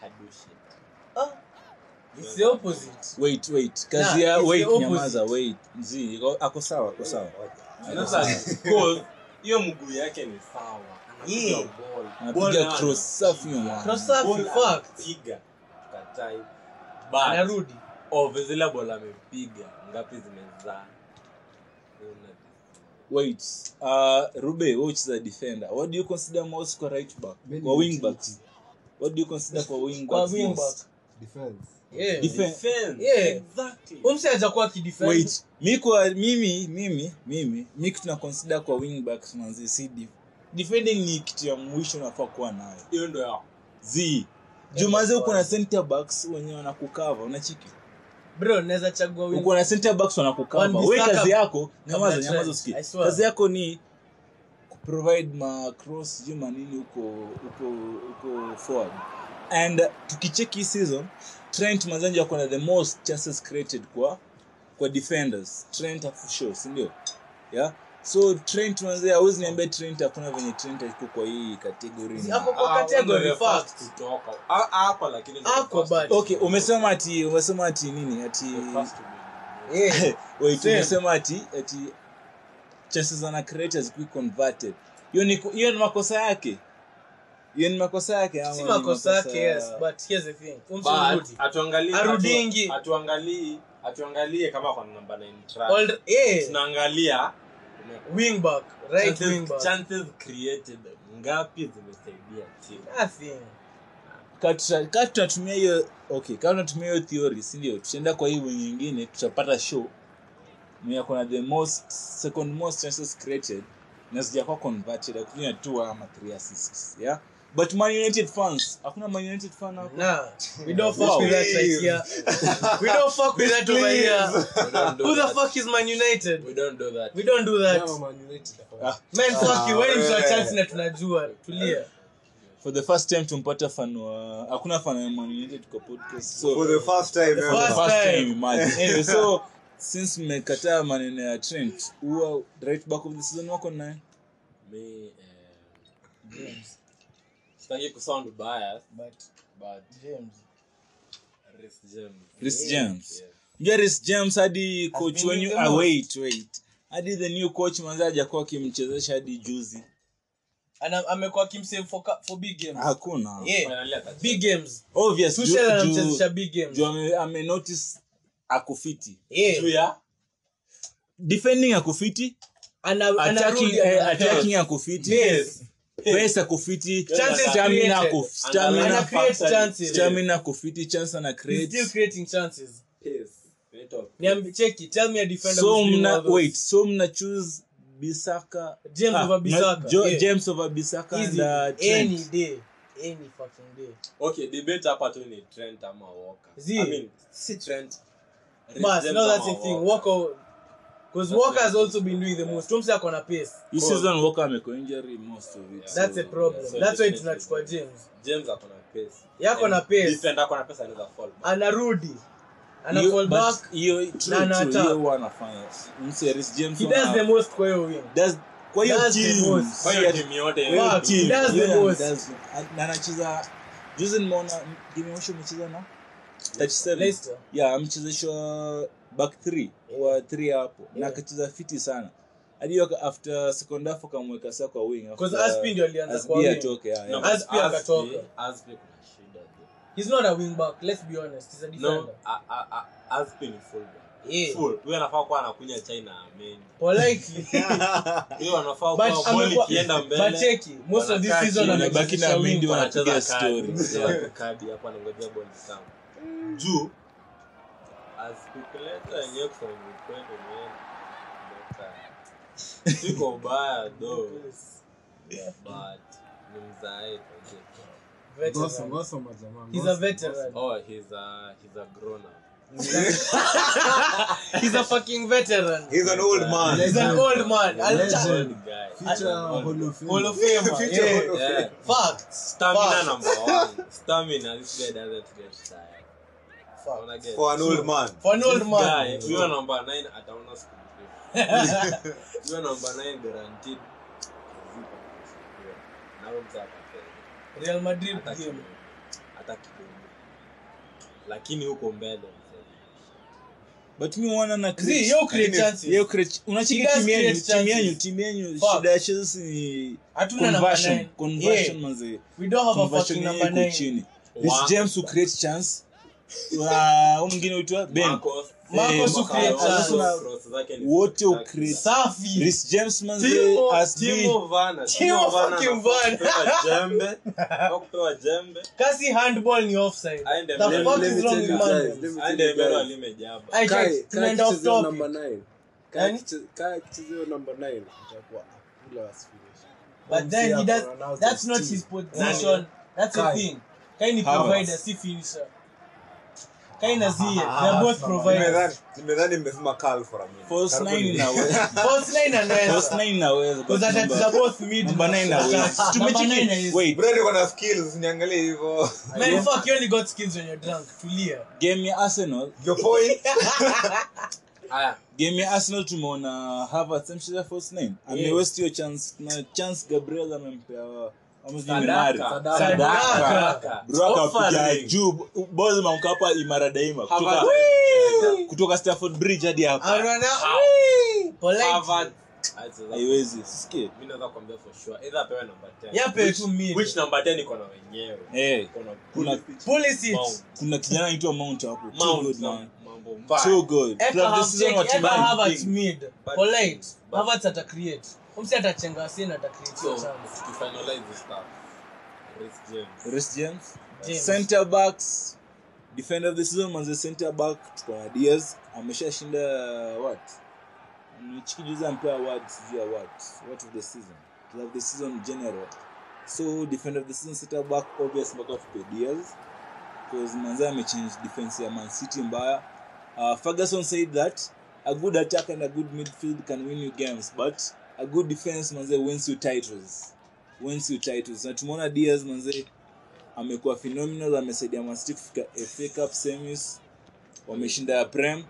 Speaker 7: hadu shit
Speaker 6: Ah, it's the opposite.
Speaker 5: wait wait kazi
Speaker 6: Nah,
Speaker 5: ya
Speaker 6: it's
Speaker 5: wait
Speaker 6: the opposite.
Speaker 5: nyamaza wait mzii iko- ako sawa ako sawa
Speaker 7: Sasa, goal, hiyo mguu yake ni sawa Anapiga
Speaker 6: Yeah.
Speaker 7: ball. Ball
Speaker 5: anapiga
Speaker 7: na
Speaker 5: cross safi
Speaker 6: Cross
Speaker 5: man
Speaker 6: safi,
Speaker 7: Ball
Speaker 6: fuck.
Speaker 7: anapiga, tukatai. But,
Speaker 6: Narudi.
Speaker 7: of zile ball amepiga ngapi zimezaa Una-
Speaker 5: wait uh, rube watch the defender what do you consider most kwa right back kwa wing backs what do you consider kwa wing
Speaker 6: Kwa
Speaker 5: backs
Speaker 6: wing
Speaker 5: most?
Speaker 6: back.
Speaker 8: defense
Speaker 6: Yeah.
Speaker 5: Defen-
Speaker 7: Defense,
Speaker 6: Yeah. Oh.
Speaker 7: exactly.
Speaker 6: Umse hajakuwa akidefend.
Speaker 5: wait mi kwa mimi mimi mimi mi kitu na consider kwa wing backs manzi si def- defending ni kitu ya mwisho nafaa kuwa nayo
Speaker 7: hiyo ndo ya-
Speaker 5: z jumaze uko na center backs wenye wanakukava unachiki
Speaker 6: Bro, naweza chagua wing.
Speaker 5: uko na center backs wanakukava
Speaker 6: Wan-
Speaker 5: we kazi
Speaker 6: Bissaka-
Speaker 5: yako nyamaza
Speaker 6: Trent,
Speaker 5: nyamaza usikie
Speaker 6: I swear.
Speaker 5: kazi yako ni kuprovide ma cross sijui manini huko huko huko forward and uh, tukicheki hii season trent mazanja ako na the most chances created kwa kwa defenders trent afusho sindio yeah so trent manzee awezi niambia trent hakuna venye trent alikuwa kwa hii kategori
Speaker 6: Si hapo kwa
Speaker 7: Ah,
Speaker 6: category,
Speaker 7: one of the first
Speaker 6: fuck.
Speaker 7: kutoka. Ah, ako, lakini ndo
Speaker 6: Ako,
Speaker 7: the first
Speaker 6: but-
Speaker 5: okay umesema ati umesema ati nini ati
Speaker 7: to- the first to be.
Speaker 6: Yeah.
Speaker 5: Eh, Wait,
Speaker 6: Same.
Speaker 5: umesema ati ati chances ana create hazikuwa converted hiyo ni hiyo ni makosa yake hiyo ni makosa yake ama
Speaker 6: si
Speaker 5: ni
Speaker 6: makosa yake yes
Speaker 5: ya-
Speaker 6: but here's the thing Umse
Speaker 7: But,
Speaker 6: urudi.
Speaker 7: hatuangalii-
Speaker 6: Arudingi.
Speaker 7: hatu- hatuangalii- hatuangalie kama kwa namba nine track.
Speaker 6: All- yeah.
Speaker 7: tunaangalia
Speaker 6: wing back right
Speaker 7: chances-
Speaker 6: wing back
Speaker 7: chances created ngapi zimesaidia timu
Speaker 6: nothing
Speaker 5: Ka tuta- ka tunatumia hiyo okay kama tunatumia hiyo theory si ndio tutaenda kwa hii wenye nyingine tutapata show mwenye kuna the most second most chances created na zijakuwa converted akunywa tu ama three assists yeah but man united fans hakuna man united fan hapa
Speaker 6: nah we don't
Speaker 5: Wow.
Speaker 6: fuck with that right here we don't fuck with that over here
Speaker 7: We don't do
Speaker 6: who the
Speaker 7: that.
Speaker 6: fuck is man united
Speaker 7: We don't do that.
Speaker 6: we don't do that
Speaker 8: Kama Man United.
Speaker 6: man fuck you
Speaker 5: Ah,
Speaker 6: wewe ni mtu wa
Speaker 2: wewe.
Speaker 6: chance na tunajua tulia
Speaker 5: for the first time tumpata fan wa hakuna fan wa Man United kwa podcast so
Speaker 2: for the first time ever.
Speaker 5: for the
Speaker 6: first
Speaker 5: first
Speaker 6: time.
Speaker 5: time imagine anyway so since mmekataa maneno ya Trent huwa right back of the season wako naye
Speaker 7: Me, eh, sitaki kusound bias,
Speaker 6: but
Speaker 7: but
Speaker 6: James
Speaker 7: Reece James.
Speaker 5: Reece
Speaker 7: Yeah.
Speaker 5: James.
Speaker 7: Yeah.
Speaker 5: Jairus James hadi coach
Speaker 6: been
Speaker 5: wenyu
Speaker 6: the
Speaker 5: ah,
Speaker 6: most.
Speaker 5: wait wait hadi the new coach manzi hajakuwa akimchezesha hadi juzi
Speaker 6: ana amekuwa kimsave for ca- for big
Speaker 5: Ah.
Speaker 6: games
Speaker 5: hakuna
Speaker 6: yeah
Speaker 7: Finally atacheza.
Speaker 6: big games
Speaker 5: obvious ju-
Speaker 6: Tuchel
Speaker 5: ju-
Speaker 6: anamchezesha big games
Speaker 5: ju ame- amenotice akufiti
Speaker 7: Juu
Speaker 6: yeah
Speaker 7: ya-
Speaker 5: defending akufiti
Speaker 6: ana
Speaker 5: attacking
Speaker 6: anarudi
Speaker 5: eh,
Speaker 6: ana-
Speaker 5: attacking akufiti
Speaker 6: Yes.
Speaker 5: pesa kufiti
Speaker 6: Chances
Speaker 5: stamina
Speaker 6: created.
Speaker 5: kuf-
Speaker 7: Underline
Speaker 5: stamina-
Speaker 6: Ana create
Speaker 7: factor ni
Speaker 6: chances.
Speaker 5: stamina kufiti chance ana
Speaker 6: He's still
Speaker 5: create
Speaker 6: creating chances
Speaker 7: pace. Rate of
Speaker 6: Niambi- cheki tell me a defender
Speaker 5: so
Speaker 6: who's doing
Speaker 5: mna
Speaker 6: all those.
Speaker 5: wait so mna choose bisaka
Speaker 6: James over Bissaka,
Speaker 5: jo,
Speaker 6: yeah.
Speaker 5: james over bisaka and
Speaker 6: Easy.
Speaker 5: uh,
Speaker 6: any
Speaker 5: Trent.
Speaker 6: day any fucking day
Speaker 7: okay debate hapa tu ni trent ama Walker.
Speaker 6: Zee.
Speaker 7: I mean, si trent Reece
Speaker 6: but
Speaker 7: James
Speaker 6: no that's
Speaker 7: ama
Speaker 6: the thing
Speaker 7: Walker.
Speaker 6: Walker because
Speaker 7: That's
Speaker 6: Walker has
Speaker 7: right.
Speaker 6: also been doing the most Tumsi ako na pace
Speaker 5: This season Walker amekuwa injury most of it.
Speaker 6: that's
Speaker 5: so,
Speaker 6: a problem
Speaker 7: yeah, so
Speaker 6: that's why
Speaker 7: definitely.
Speaker 6: tunachukua James
Speaker 7: james ako na pace
Speaker 6: Yako na
Speaker 7: And
Speaker 6: pace.
Speaker 7: defender ako na pace anaweza fall back.
Speaker 6: anarudi ana
Speaker 5: Hiyo-
Speaker 6: fall
Speaker 5: but
Speaker 6: back
Speaker 5: hiyo- true,
Speaker 6: ana
Speaker 5: true,
Speaker 6: attack.
Speaker 5: hiyo huwa anafanya. Mse, Reece James
Speaker 6: he
Speaker 5: huwa
Speaker 6: does
Speaker 5: ana-
Speaker 6: the most kwa hiyo win
Speaker 5: does- kwa hiyo
Speaker 6: does the
Speaker 5: team,
Speaker 6: most.
Speaker 7: Kwa hiyo timu yote
Speaker 6: Fuck.
Speaker 7: yote.
Speaker 6: He does the
Speaker 5: Yeah,
Speaker 6: most.
Speaker 5: does- na anacheza juzi nimeona game ya mwisho umecheza na 37
Speaker 6: Leicester
Speaker 5: yeah, amechezeshwa back three wa three hapo na akacheza fiti sana hadi waka- after second half akamweka saa kwa wing after-
Speaker 6: because Aspi ndio alianza
Speaker 5: uh, Aspi
Speaker 6: kwa wing
Speaker 5: atoke yeah,
Speaker 7: No,
Speaker 5: yeah.
Speaker 7: but
Speaker 6: Aspi akatoka.
Speaker 7: Aspi- Aspi kuna shida though.
Speaker 6: he's not a wing back let's be honest he's a defender
Speaker 7: no a- a- a- Aspi ni full back.
Speaker 6: yeah
Speaker 7: Full. Huyo anafaa kuwa anakunya chai na ameni
Speaker 6: politely
Speaker 7: Huyo anafaa
Speaker 6: But
Speaker 7: kuwa boli
Speaker 6: amekuwa-
Speaker 7: ikienda mbele
Speaker 6: but cheki most of this
Speaker 7: Wanakaa
Speaker 6: season
Speaker 7: chini,
Speaker 5: wanabaki na
Speaker 6: amechezesha wing
Speaker 5: Mendy
Speaker 6: back.
Speaker 5: wanapiga
Speaker 7: Wanacheza kadi,
Speaker 5: stories.
Speaker 7: wanapiga kadi hapo anangojea ball kitambo. juu asipileta yenyewe kusema ukweli man, but, uh, siko baya though but ni mzae kwa njia fulani.
Speaker 6: veteran. He's a veteran.
Speaker 7: Oh, he's a he's a grown up.
Speaker 6: He's a fucking veteran.
Speaker 2: He's an old man.
Speaker 6: He's an old man. I'll tell
Speaker 7: Old guy.
Speaker 6: Hall of Famer.
Speaker 2: Future
Speaker 6: yeah.
Speaker 2: Hall of
Speaker 7: Yeah.
Speaker 6: Fuck.
Speaker 7: Stamina
Speaker 6: Fuck.
Speaker 7: number one. Stamina. This guy doesn't get tired.
Speaker 6: Fuck.
Speaker 7: Wanna get-
Speaker 2: For an old man.
Speaker 6: For an
Speaker 7: This
Speaker 6: old man.
Speaker 7: guy, ukiwa namba 9 ataona siku ndefu. Ukiwa namba 9 guaranteed. kuzipa kuzipa. Na huyo mzee atapenda.
Speaker 6: Real Madrid
Speaker 7: Hata
Speaker 6: game.
Speaker 7: kidogo. Hata kidogo. lakini huko mbele mzee.
Speaker 5: but mi huona na
Speaker 6: See, yo create chances. He
Speaker 5: unachika
Speaker 6: does
Speaker 5: timu yenu
Speaker 6: create
Speaker 5: timu yenu
Speaker 6: chances.
Speaker 5: timu yenu
Speaker 6: Fuck.
Speaker 5: shida ya Chelsea ni
Speaker 6: Hatuna number
Speaker 5: conversion
Speaker 6: nine.
Speaker 5: conversion
Speaker 6: Yeah.
Speaker 5: manze
Speaker 6: We don't have a fucking
Speaker 5: conversion yeye
Speaker 6: number
Speaker 5: iko
Speaker 6: nine.
Speaker 5: chini this James who create chance wa huyu mwingine huitwa Ben
Speaker 7: Marcos.
Speaker 6: Marcos
Speaker 5: Eh,
Speaker 6: who create
Speaker 5: Marcos.
Speaker 6: chances.
Speaker 5: Lazima
Speaker 7: Cross zake ni
Speaker 5: wote who
Speaker 7: spectacular.
Speaker 5: create
Speaker 6: Safi.
Speaker 5: Reece James manze
Speaker 7: Timo-
Speaker 5: has been
Speaker 7: Timo Werner.
Speaker 6: Timo
Speaker 7: Timo Werner
Speaker 6: fucking
Speaker 7: anafaa
Speaker 6: Werner.
Speaker 7: kupewa jembe. Anafaa kupewa jembe.
Speaker 6: Kasi handball ni offside.
Speaker 7: Aende
Speaker 6: The
Speaker 7: mbele.
Speaker 6: fuck
Speaker 7: Let
Speaker 6: is
Speaker 7: me
Speaker 6: wrong
Speaker 7: tell
Speaker 6: with
Speaker 7: you
Speaker 6: man?
Speaker 7: Aende mbele alimejaba.
Speaker 6: I checked. Tunaenda off topic. Nani?
Speaker 8: kichezeo namba 9 itakuwa akula wasifinisha
Speaker 6: But then he
Speaker 8: Don't
Speaker 6: does.
Speaker 8: see Ronaldo's
Speaker 6: That's not
Speaker 8: team.
Speaker 6: his position. That's the
Speaker 8: Kai.
Speaker 6: thing. Kai ni
Speaker 5: Havertz.
Speaker 6: provider, si finisher. Kai na Ziyech, they're both providers.
Speaker 2: Nimedhani- nimedhani mmesema Carl for a minute.
Speaker 5: false nine inaweza
Speaker 6: First nine
Speaker 5: false
Speaker 6: anaweza.
Speaker 5: nine inaweza
Speaker 6: Because that is
Speaker 5: number-
Speaker 6: the both mid.
Speaker 5: number nine inaweza
Speaker 6: Number nine
Speaker 5: tumechiki
Speaker 6: is-
Speaker 5: wait
Speaker 2: Brad yuko na skills, niangalie hivyo.
Speaker 6: Man, fuck, you only got skills when you're drunk. Tulia.
Speaker 5: game ya Arsenal
Speaker 2: Your point.
Speaker 7: Haya,
Speaker 5: game ya arsenal tumeona harvard amcheza first nine amewest hiyo chance na chance gabriel amempea
Speaker 7: Sadaka. Sadaka.
Speaker 5: brokapiga
Speaker 7: Offering.
Speaker 5: juu bol zimeamka hapa imara daima kutoka-
Speaker 7: Harvard.
Speaker 5: kutoka stafford bridge hadi hapa
Speaker 6: Arana. Polite.
Speaker 7: Harvard. Alicheza.
Speaker 5: haiwezi sisikie
Speaker 7: Mimi naweza kuambia for sure. Either apewe number 10.
Speaker 6: Yape
Speaker 7: Which-
Speaker 6: tu mid.
Speaker 7: which number 10 iko na wenyewe.
Speaker 5: Eh,
Speaker 7: Iko na
Speaker 5: kuna,
Speaker 6: Police it.
Speaker 7: Mount.
Speaker 5: kuna kijana anaitwa mount hapo Too
Speaker 7: Mount
Speaker 5: good,
Speaker 7: na
Speaker 5: man.
Speaker 7: mambo mbaya.
Speaker 5: Too good.
Speaker 6: Eka
Speaker 5: Club this season
Speaker 6: hamcheki, eka
Speaker 5: watibabu.
Speaker 6: Havertz mid.
Speaker 7: Bad
Speaker 6: Polite.
Speaker 7: things, bad
Speaker 6: Havertz atacreate. Umsi atachenga asini atacreate hiyo
Speaker 7: So,
Speaker 6: chance.
Speaker 7: tukifinalize this stuff. Reece James.
Speaker 5: Reece James.
Speaker 6: James.
Speaker 5: center backs defender of the season manze center back tuko na Diaz ameshashinda what nichikijuza mpea award sijui ya what what of the season Player of the season general so defender of the season center back obvious mpaka tupe Diaz because manze amechange defense ya Man City mbaya uh, Ferguson said that a good attack and a good midfield can win you games but a good defense manze wins you titles wins you titles na tumeona Diaz manze amekuwa phenomenal amesaidia masti kufika FA Cup semis wameshinda ya prem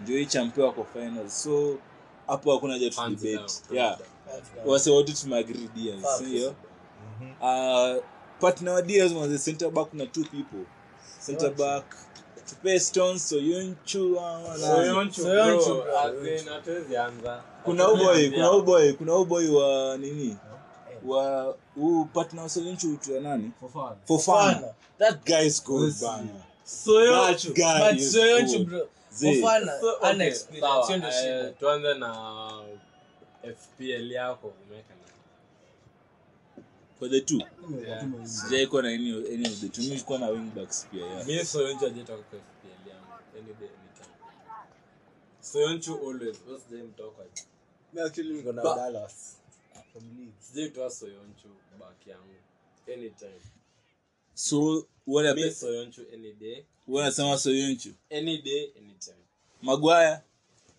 Speaker 5: ndio hii champion wako final so hapo hakuna haja tu
Speaker 7: Hands
Speaker 5: debate
Speaker 7: down.
Speaker 5: yeah
Speaker 6: That's bad.
Speaker 5: wase wote tumeagree Diaz
Speaker 6: Facts.
Speaker 5: sio uh, partner wa Diaz mwanzo center back na two people center back tupe Stones ah, Soyuncu wa- na-
Speaker 7: Soyuncu,
Speaker 6: Soyuncu,
Speaker 7: bro.
Speaker 6: bro.
Speaker 7: As in, hatuwezi anza.
Speaker 5: kuna
Speaker 7: Hatuwezi
Speaker 5: uboy
Speaker 7: anza.
Speaker 5: kuna uboy kuna uboy wa nini wa huu partner wa Soyuncu huitwa nani Fofana
Speaker 6: Fofana.
Speaker 5: that guy is good bana
Speaker 6: Soyuncu.
Speaker 5: That guy
Speaker 6: But
Speaker 5: is
Speaker 6: Soyuncu,
Speaker 5: good.
Speaker 6: bro.
Speaker 5: Zee.
Speaker 6: Fofana,
Speaker 7: So, okay,
Speaker 6: ana experience,
Speaker 7: sawa,
Speaker 6: hiyo ndio
Speaker 7: eh,
Speaker 5: Uh,
Speaker 6: shida.
Speaker 7: tuanze na fpl yako umeweka na-
Speaker 5: for the two
Speaker 7: Yeah.
Speaker 5: sijaikuwa na any of- any of the two mimi kuwa na wingbacks pia yeah.
Speaker 7: mi soyonchu ajetoka kwa fpl yangu any day any time soyonchu always wewe sijai mtoa kwa Ba- sijai toa soyonchu back yangu anytime
Speaker 5: so wala
Speaker 7: mi soyonchu any day
Speaker 5: wanasema soyunchu
Speaker 7: any day anytime
Speaker 5: magwaya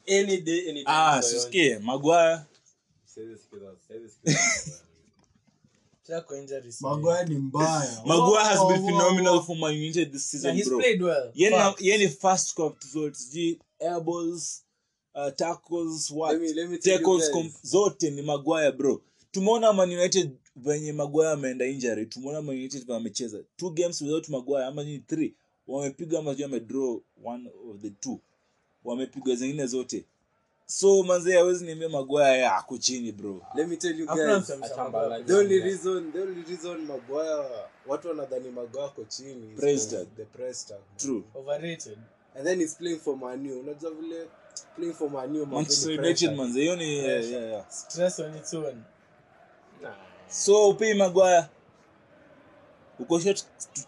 Speaker 7: any day anytime
Speaker 5: ah
Speaker 7: Soyuncu.
Speaker 5: sisikie magwaya
Speaker 7: Siwezi sikiza, siwezi sikiza.
Speaker 6: Chako injuries.
Speaker 8: ni mbaya
Speaker 5: magwaya has been phenomenal for man united this
Speaker 6: Na
Speaker 5: season
Speaker 6: he's
Speaker 5: bro
Speaker 6: played well.
Speaker 5: Yeye na-
Speaker 6: Fuck.
Speaker 5: yeye ni fast kwa vitu zote sijui airballs uh, tackles what
Speaker 8: Let me- let me tell you
Speaker 5: tackles
Speaker 8: guys.
Speaker 5: com- zote ni magwaya bro tumeona man united venye magwaya ameenda injury tumeona man united venye amecheza two games without magwaya ama ni three wamepiga ama sijui wamedraw one of the two wamepiga zingine zote so manzee awezi niambia magwaya ya ako chini bro
Speaker 8: let me tell you
Speaker 6: Hakuna
Speaker 8: guys
Speaker 6: mtu amesema
Speaker 7: Atambala.
Speaker 6: bado.
Speaker 8: the only reason the only reason Maguire watu wanadhani Maguire ako chini is
Speaker 5: Press
Speaker 8: because
Speaker 5: tag.
Speaker 8: the press tag
Speaker 5: true
Speaker 6: Overrated.
Speaker 8: and then he's playing for Manu unajua vile playing for Manu
Speaker 5: manchester united manzee hiyo ni yeah, yeah, yeah.
Speaker 6: Stress on its own.
Speaker 5: so upei magwaya ukosha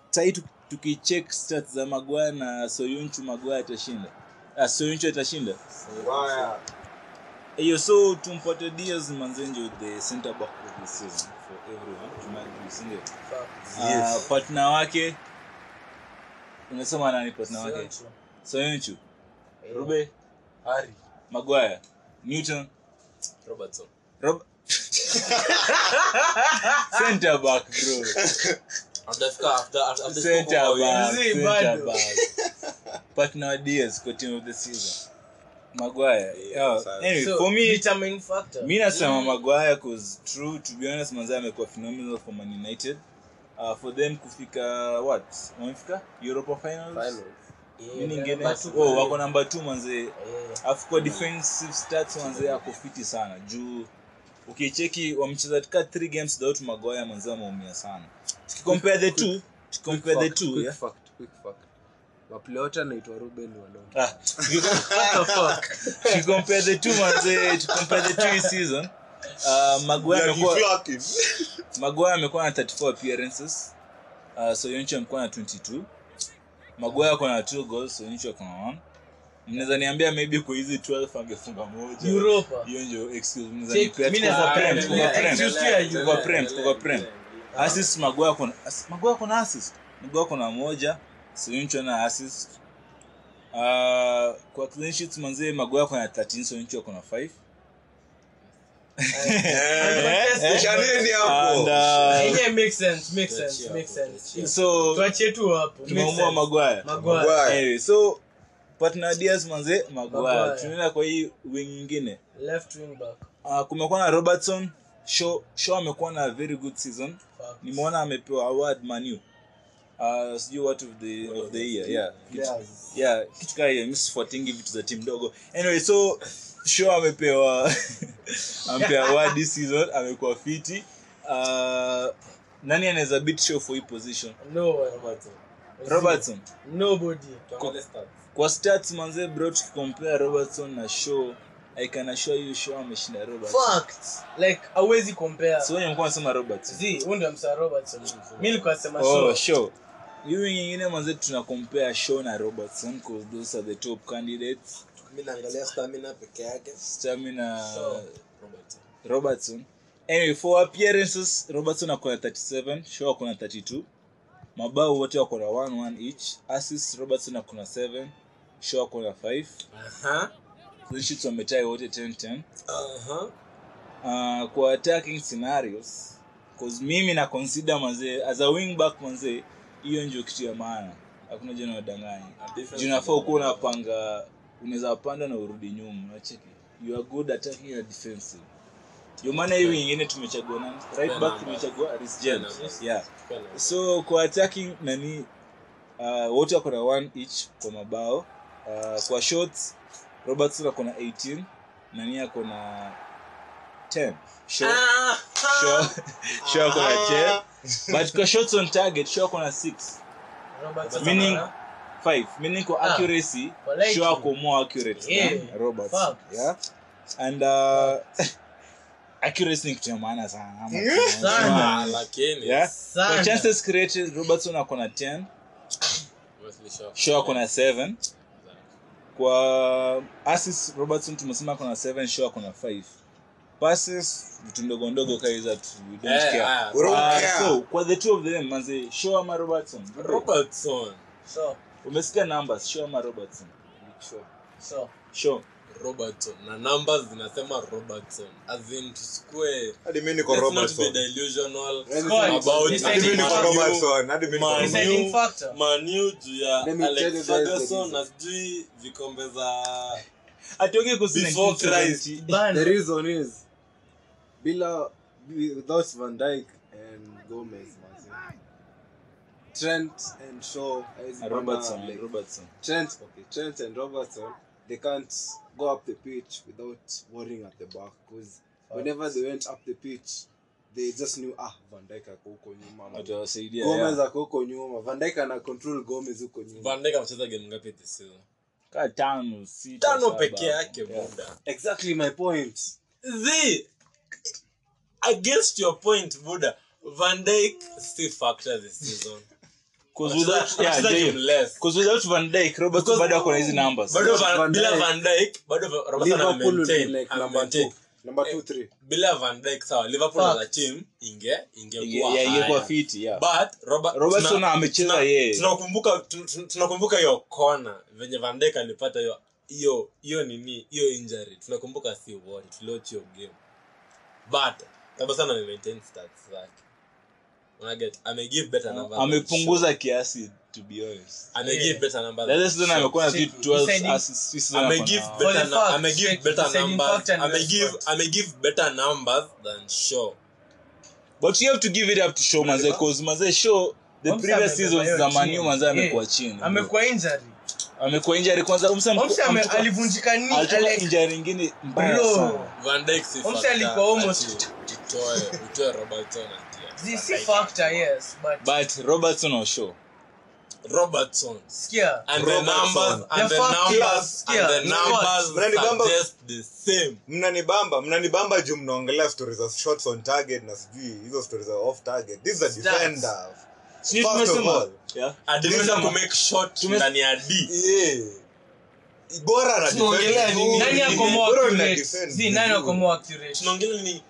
Speaker 5: sahii tu- tukicheck stat za magwaya na soyunchu magwaya atashinda ah, soyunchu atashinda
Speaker 2: Waya.
Speaker 5: hiyo so tumpate dias manzenjo the center back of the season for everyone tumagree
Speaker 7: sindio
Speaker 5: Ah, partner wake unasema nani partner wake soyunchu rube
Speaker 7: hari
Speaker 5: magwaya newton
Speaker 7: robertson
Speaker 5: Rob- center back bro
Speaker 7: atafika after after- after
Speaker 5: center
Speaker 7: Copa America.
Speaker 5: back
Speaker 7: Hizi
Speaker 5: center
Speaker 7: bado.
Speaker 5: back partner wa Diaz kwa team of the season magwaya
Speaker 2: Yeah,
Speaker 5: yeah,
Speaker 2: sawa.
Speaker 5: anyway
Speaker 6: So, Mm.
Speaker 5: for me
Speaker 6: determining factor.
Speaker 5: mi nasema magwaya cause true to be honest manzee amekuwa phenomenal for man united uh, for them kufika what wamefika europa finals
Speaker 6: Yeah,
Speaker 5: nini ingine
Speaker 6: number two
Speaker 5: oh,
Speaker 6: pale. Mm.
Speaker 5: wako namba t manzee
Speaker 8: Eh.
Speaker 6: Yeah.
Speaker 5: alafu kwa defensive stats manzee ako fiti sana juu ukicheki wamecheza katika three games daut magoya manzee wameumia sana tukicompare the two tukicompare the two yeah?
Speaker 6: waplayote anaitwa ruben walongo
Speaker 5: Ah, tukicompare the two manzee tukicompare the two hii season uh, magoya amekuwa magoya amekuwa na 34 appearances uh, soyonchi amekuwa na 22 magoya ako na 2 goals soyonchi ako na 1 mnaweza niambia maybe kwa hizi 12 angefunga moja
Speaker 6: Europa.
Speaker 5: hiyo ndio excuse mnaweza
Speaker 6: Check,
Speaker 5: nipea
Speaker 6: mi
Speaker 5: tu
Speaker 8: Ah,
Speaker 6: naweza pea,
Speaker 5: kwa prem kwa
Speaker 6: yeah,
Speaker 5: prem
Speaker 6: excuse tu ya Europa.
Speaker 5: kwa prem kwa prem
Speaker 8: Ah,
Speaker 5: assist magoya ako na ass- magoya ako na assist magoya ako na moja soyonchi ana assist Uh, kwa clean sheets manzee magoya ako na 13 soyonchi ako na 5 Eh. and uh,
Speaker 6: Yenyewe makes sense, makes
Speaker 7: Tuachie
Speaker 6: sense,
Speaker 7: hapo,
Speaker 6: makes sense.
Speaker 7: tuachie.
Speaker 5: so
Speaker 6: Tuachie tu hapo, makes
Speaker 5: tumeumua
Speaker 6: sense.
Speaker 5: magwaya
Speaker 6: Maguire.
Speaker 5: anyway, so partner Diaz manze magwaya
Speaker 6: Maguire.
Speaker 5: tunaenda kwa hii wing nyingine
Speaker 6: Left wing back.
Speaker 5: uh, kumekuwa na robertson shaw shaw amekuwa na very good season
Speaker 6: Fuck.
Speaker 5: nimeona amepewa award manu Uh, sijui what of the, of the year yeah yeah kitu kaa hiyo msifuatingi vitu za timu ndogo anyway so show amepewa amepewa award this season amekuwa fiti uh, nani anaweza beat show for hii position
Speaker 6: No one.
Speaker 7: Robertson.
Speaker 5: robertson
Speaker 6: Nobody.
Speaker 7: Tuangalie stats.
Speaker 5: kwa stats manze bro tukicompare robertson na show i can assure you show ameshinda robertson
Speaker 6: Facts. Like, hawezi compare.
Speaker 5: so wenye mkuwa nasema robertson
Speaker 6: Zii, huyu ndio msa Robertson. Mi nilikuwa nasema
Speaker 5: oh
Speaker 6: Shaw.
Speaker 5: show hiyo nyingine manze tuna compare show na robertson cause those are the top candidates
Speaker 7: mi naangalia stamina peke yake
Speaker 5: stamina
Speaker 6: Shaw.
Speaker 7: Robertson.
Speaker 5: robertson anyway for appearances robertson akona 37 show akona 32 mabao wote wakona 11 each assist robertson akona 7 show akona 5
Speaker 7: Aha,
Speaker 5: clean sheets wametai wote 10 10
Speaker 7: aha.
Speaker 5: uh, kwa attacking scenarios cause mimi na consider manzee as a wing back manzee hiyo ndio kitu ya maana hakuna jana wadanganya
Speaker 7: difference
Speaker 5: junafaa kuwa unapanga unaweza panda na urudi nyuma unacheki you are good attacking you are defensive ndio maana hiyo wingine tumechagua nani right back tumechagua Reece James yeah so kwa attacking nani uh, wote wako na one each kwa mabao uh, kwa shots robertson ako na 18 nani ako na 10 Shaw-
Speaker 6: Ah.
Speaker 5: Shaw- Shaw ako na 10 but kwa shots on target show ako na 6
Speaker 6: Robertson.
Speaker 5: meaning 5 meaning kwa
Speaker 6: Ah.
Speaker 5: accuracy
Speaker 6: Kwa like
Speaker 5: show
Speaker 6: you.
Speaker 5: ako more accurate
Speaker 6: Yeah.
Speaker 5: than robertson
Speaker 6: Facts.
Speaker 5: yeah and uh, accuracy ni kitu ya maana sana ama kitu ya
Speaker 6: Sana.
Speaker 8: Ah,
Speaker 5: maana.
Speaker 7: lakini
Speaker 5: yeah
Speaker 6: Sana.
Speaker 5: Kwa chances created robertson ako na 10
Speaker 7: Wesley Shaw.
Speaker 5: shaw ako na 7 kwa assist robertson tumesema ako na 7 shaw ako na 5 passes vitu ndogo ndogo kaiza tu we don't
Speaker 7: Eh,
Speaker 5: care
Speaker 7: ah,
Speaker 2: Ro-
Speaker 5: Ah,
Speaker 2: care.
Speaker 5: so kwa the two of them manze shaw ama robertson
Speaker 7: Robertson.
Speaker 6: Shaw.
Speaker 5: umesikia numbers shaw ama robertson
Speaker 6: Shaw.
Speaker 5: shaw
Speaker 7: Robertson na numbers zinasema Robertson as in tusikue
Speaker 2: Hadi mimi niko
Speaker 7: let's not be
Speaker 2: Robertson.
Speaker 7: delusional
Speaker 6: Score.
Speaker 7: about
Speaker 2: Hadi mimi niko
Speaker 7: Man U-
Speaker 2: Robertson. Hadi mimi niko
Speaker 7: Man
Speaker 2: Robertson.
Speaker 6: Deciding
Speaker 7: U-
Speaker 6: factor.
Speaker 7: Man U juu ya
Speaker 8: Let me tell you
Speaker 7: Alex
Speaker 8: guys the
Speaker 7: Ferguson
Speaker 8: reason.
Speaker 7: na sijui vikombe za
Speaker 5: atoke
Speaker 7: before Christ
Speaker 6: Ban.
Speaker 8: the reason is bila without van dyke and gomez manze, trent and shaw hawezi panda, like,
Speaker 5: robertson
Speaker 8: trent okay trent and robertson they can't go up the pitch without worrying at the back because whenever they went up the pitch they just knew ah van dyke ako huko nyuma
Speaker 5: atawasaidia
Speaker 8: gomez
Speaker 5: yeah.
Speaker 8: ako huko nyuma van dyke ana control gomez huko nyuma
Speaker 7: Van Dijk amecheza game ngapi this season
Speaker 5: kaa tano sita
Speaker 7: tano
Speaker 5: saba.
Speaker 7: peke yake
Speaker 5: Yeah.
Speaker 7: buda
Speaker 8: exactly my point
Speaker 7: the against your point buda van Dijk still factor this season
Speaker 5: 'Cause
Speaker 7: Amecheza-
Speaker 5: without- yeah,
Speaker 7: amecheza
Speaker 5: ndio.
Speaker 7: game less.
Speaker 5: 'Cause without Van Dijk, Robertson
Speaker 7: Because-
Speaker 5: bado ako na hizi numbers
Speaker 7: bado
Speaker 8: Van
Speaker 7: Van- bila
Speaker 8: Dijk.
Speaker 7: van Dijk, bado Robertson
Speaker 8: Liverpool
Speaker 7: amemaintain-
Speaker 8: will be like number
Speaker 7: amemaintain.
Speaker 8: two. number
Speaker 5: Eh,
Speaker 8: two three
Speaker 7: bila van Dijk, sawa liverpool as a
Speaker 6: Facts.
Speaker 7: team inge ingekuwa
Speaker 5: Inge- yeah, ingekuwa
Speaker 7: higher.
Speaker 5: fiti, yeah.
Speaker 7: but Robert-
Speaker 5: Robertson
Speaker 7: tuna-
Speaker 5: amecheza
Speaker 7: tuna-
Speaker 5: yeye.
Speaker 7: tunakumbuka tu- tu- tunakumbuka hiyo kona venye van Dijk alipata hiyo hiyo hiyo nini hiyo injury tunakumbuka si wote tuliwatch hiyo game but kabasana maintain stats zake unaget amegive
Speaker 6: Oh,
Speaker 7: better number
Speaker 5: amepunguza kiasi to be honest
Speaker 7: amegive better number
Speaker 5: That season amekuwa na
Speaker 6: Shit,
Speaker 5: tu 12
Speaker 6: deciding-
Speaker 5: assists, this season
Speaker 7: Ame
Speaker 5: ako
Speaker 7: give
Speaker 5: na-
Speaker 6: For
Speaker 7: better
Speaker 6: the
Speaker 7: nu-
Speaker 6: fact,
Speaker 7: ame give
Speaker 6: straight
Speaker 7: better
Speaker 6: deciding
Speaker 7: numbers.
Speaker 6: fact and
Speaker 7: Ame give-
Speaker 6: response.
Speaker 7: ame give better numbers than Shaw.
Speaker 5: but you have to give it up to show manze cause manze show the
Speaker 6: Omsa
Speaker 5: previous
Speaker 6: amebeba
Speaker 5: seasons
Speaker 6: hiyo
Speaker 5: za
Speaker 6: chini.
Speaker 5: manu manze
Speaker 6: Yeah.
Speaker 5: amekuwa chini bro.
Speaker 6: amekuwa injury
Speaker 5: amekuwa injury kwanza umsa mku-
Speaker 6: Omsa ame-
Speaker 5: ametoka-
Speaker 6: alivunjika ni
Speaker 5: alitoka
Speaker 6: Alex
Speaker 5: injury ingine mbaya
Speaker 6: bro
Speaker 5: sana
Speaker 7: Van Dijk si
Speaker 6: Omse
Speaker 7: factor,
Speaker 6: alikuwa almost-
Speaker 7: ati utoe- utoe Robertson ati- ati
Speaker 6: si
Speaker 7: Van
Speaker 6: si
Speaker 7: Dijk.
Speaker 6: factor yes but
Speaker 5: but robertson or show
Speaker 7: Robertson.
Speaker 6: sikia
Speaker 7: And the numbers- and
Speaker 6: The
Speaker 7: the
Speaker 6: fact is,
Speaker 7: numbers- and the
Speaker 6: yeah,
Speaker 7: numbers
Speaker 2: Mnani Bamba-
Speaker 7: suggest the same.
Speaker 2: mnanibamba mnanibamba juu mnaongelea stori za shots on target na sijui hizo stori za off target this is a defender
Speaker 5: Sijui
Speaker 2: First of
Speaker 5: tumesema-
Speaker 2: all,
Speaker 5: yeah
Speaker 7: A defender
Speaker 5: Tumesema-
Speaker 7: kumake shot
Speaker 5: Tumes-
Speaker 7: ndani ya D.
Speaker 2: yeah bora na
Speaker 7: Tunaongelea
Speaker 2: defend
Speaker 7: nini?
Speaker 2: vizuri.
Speaker 6: nani akomoa
Speaker 2: Bora una
Speaker 6: accurate
Speaker 2: defend
Speaker 6: zi nani
Speaker 2: vizuri.
Speaker 6: akomoa accurate
Speaker 7: Tunaongelea nini?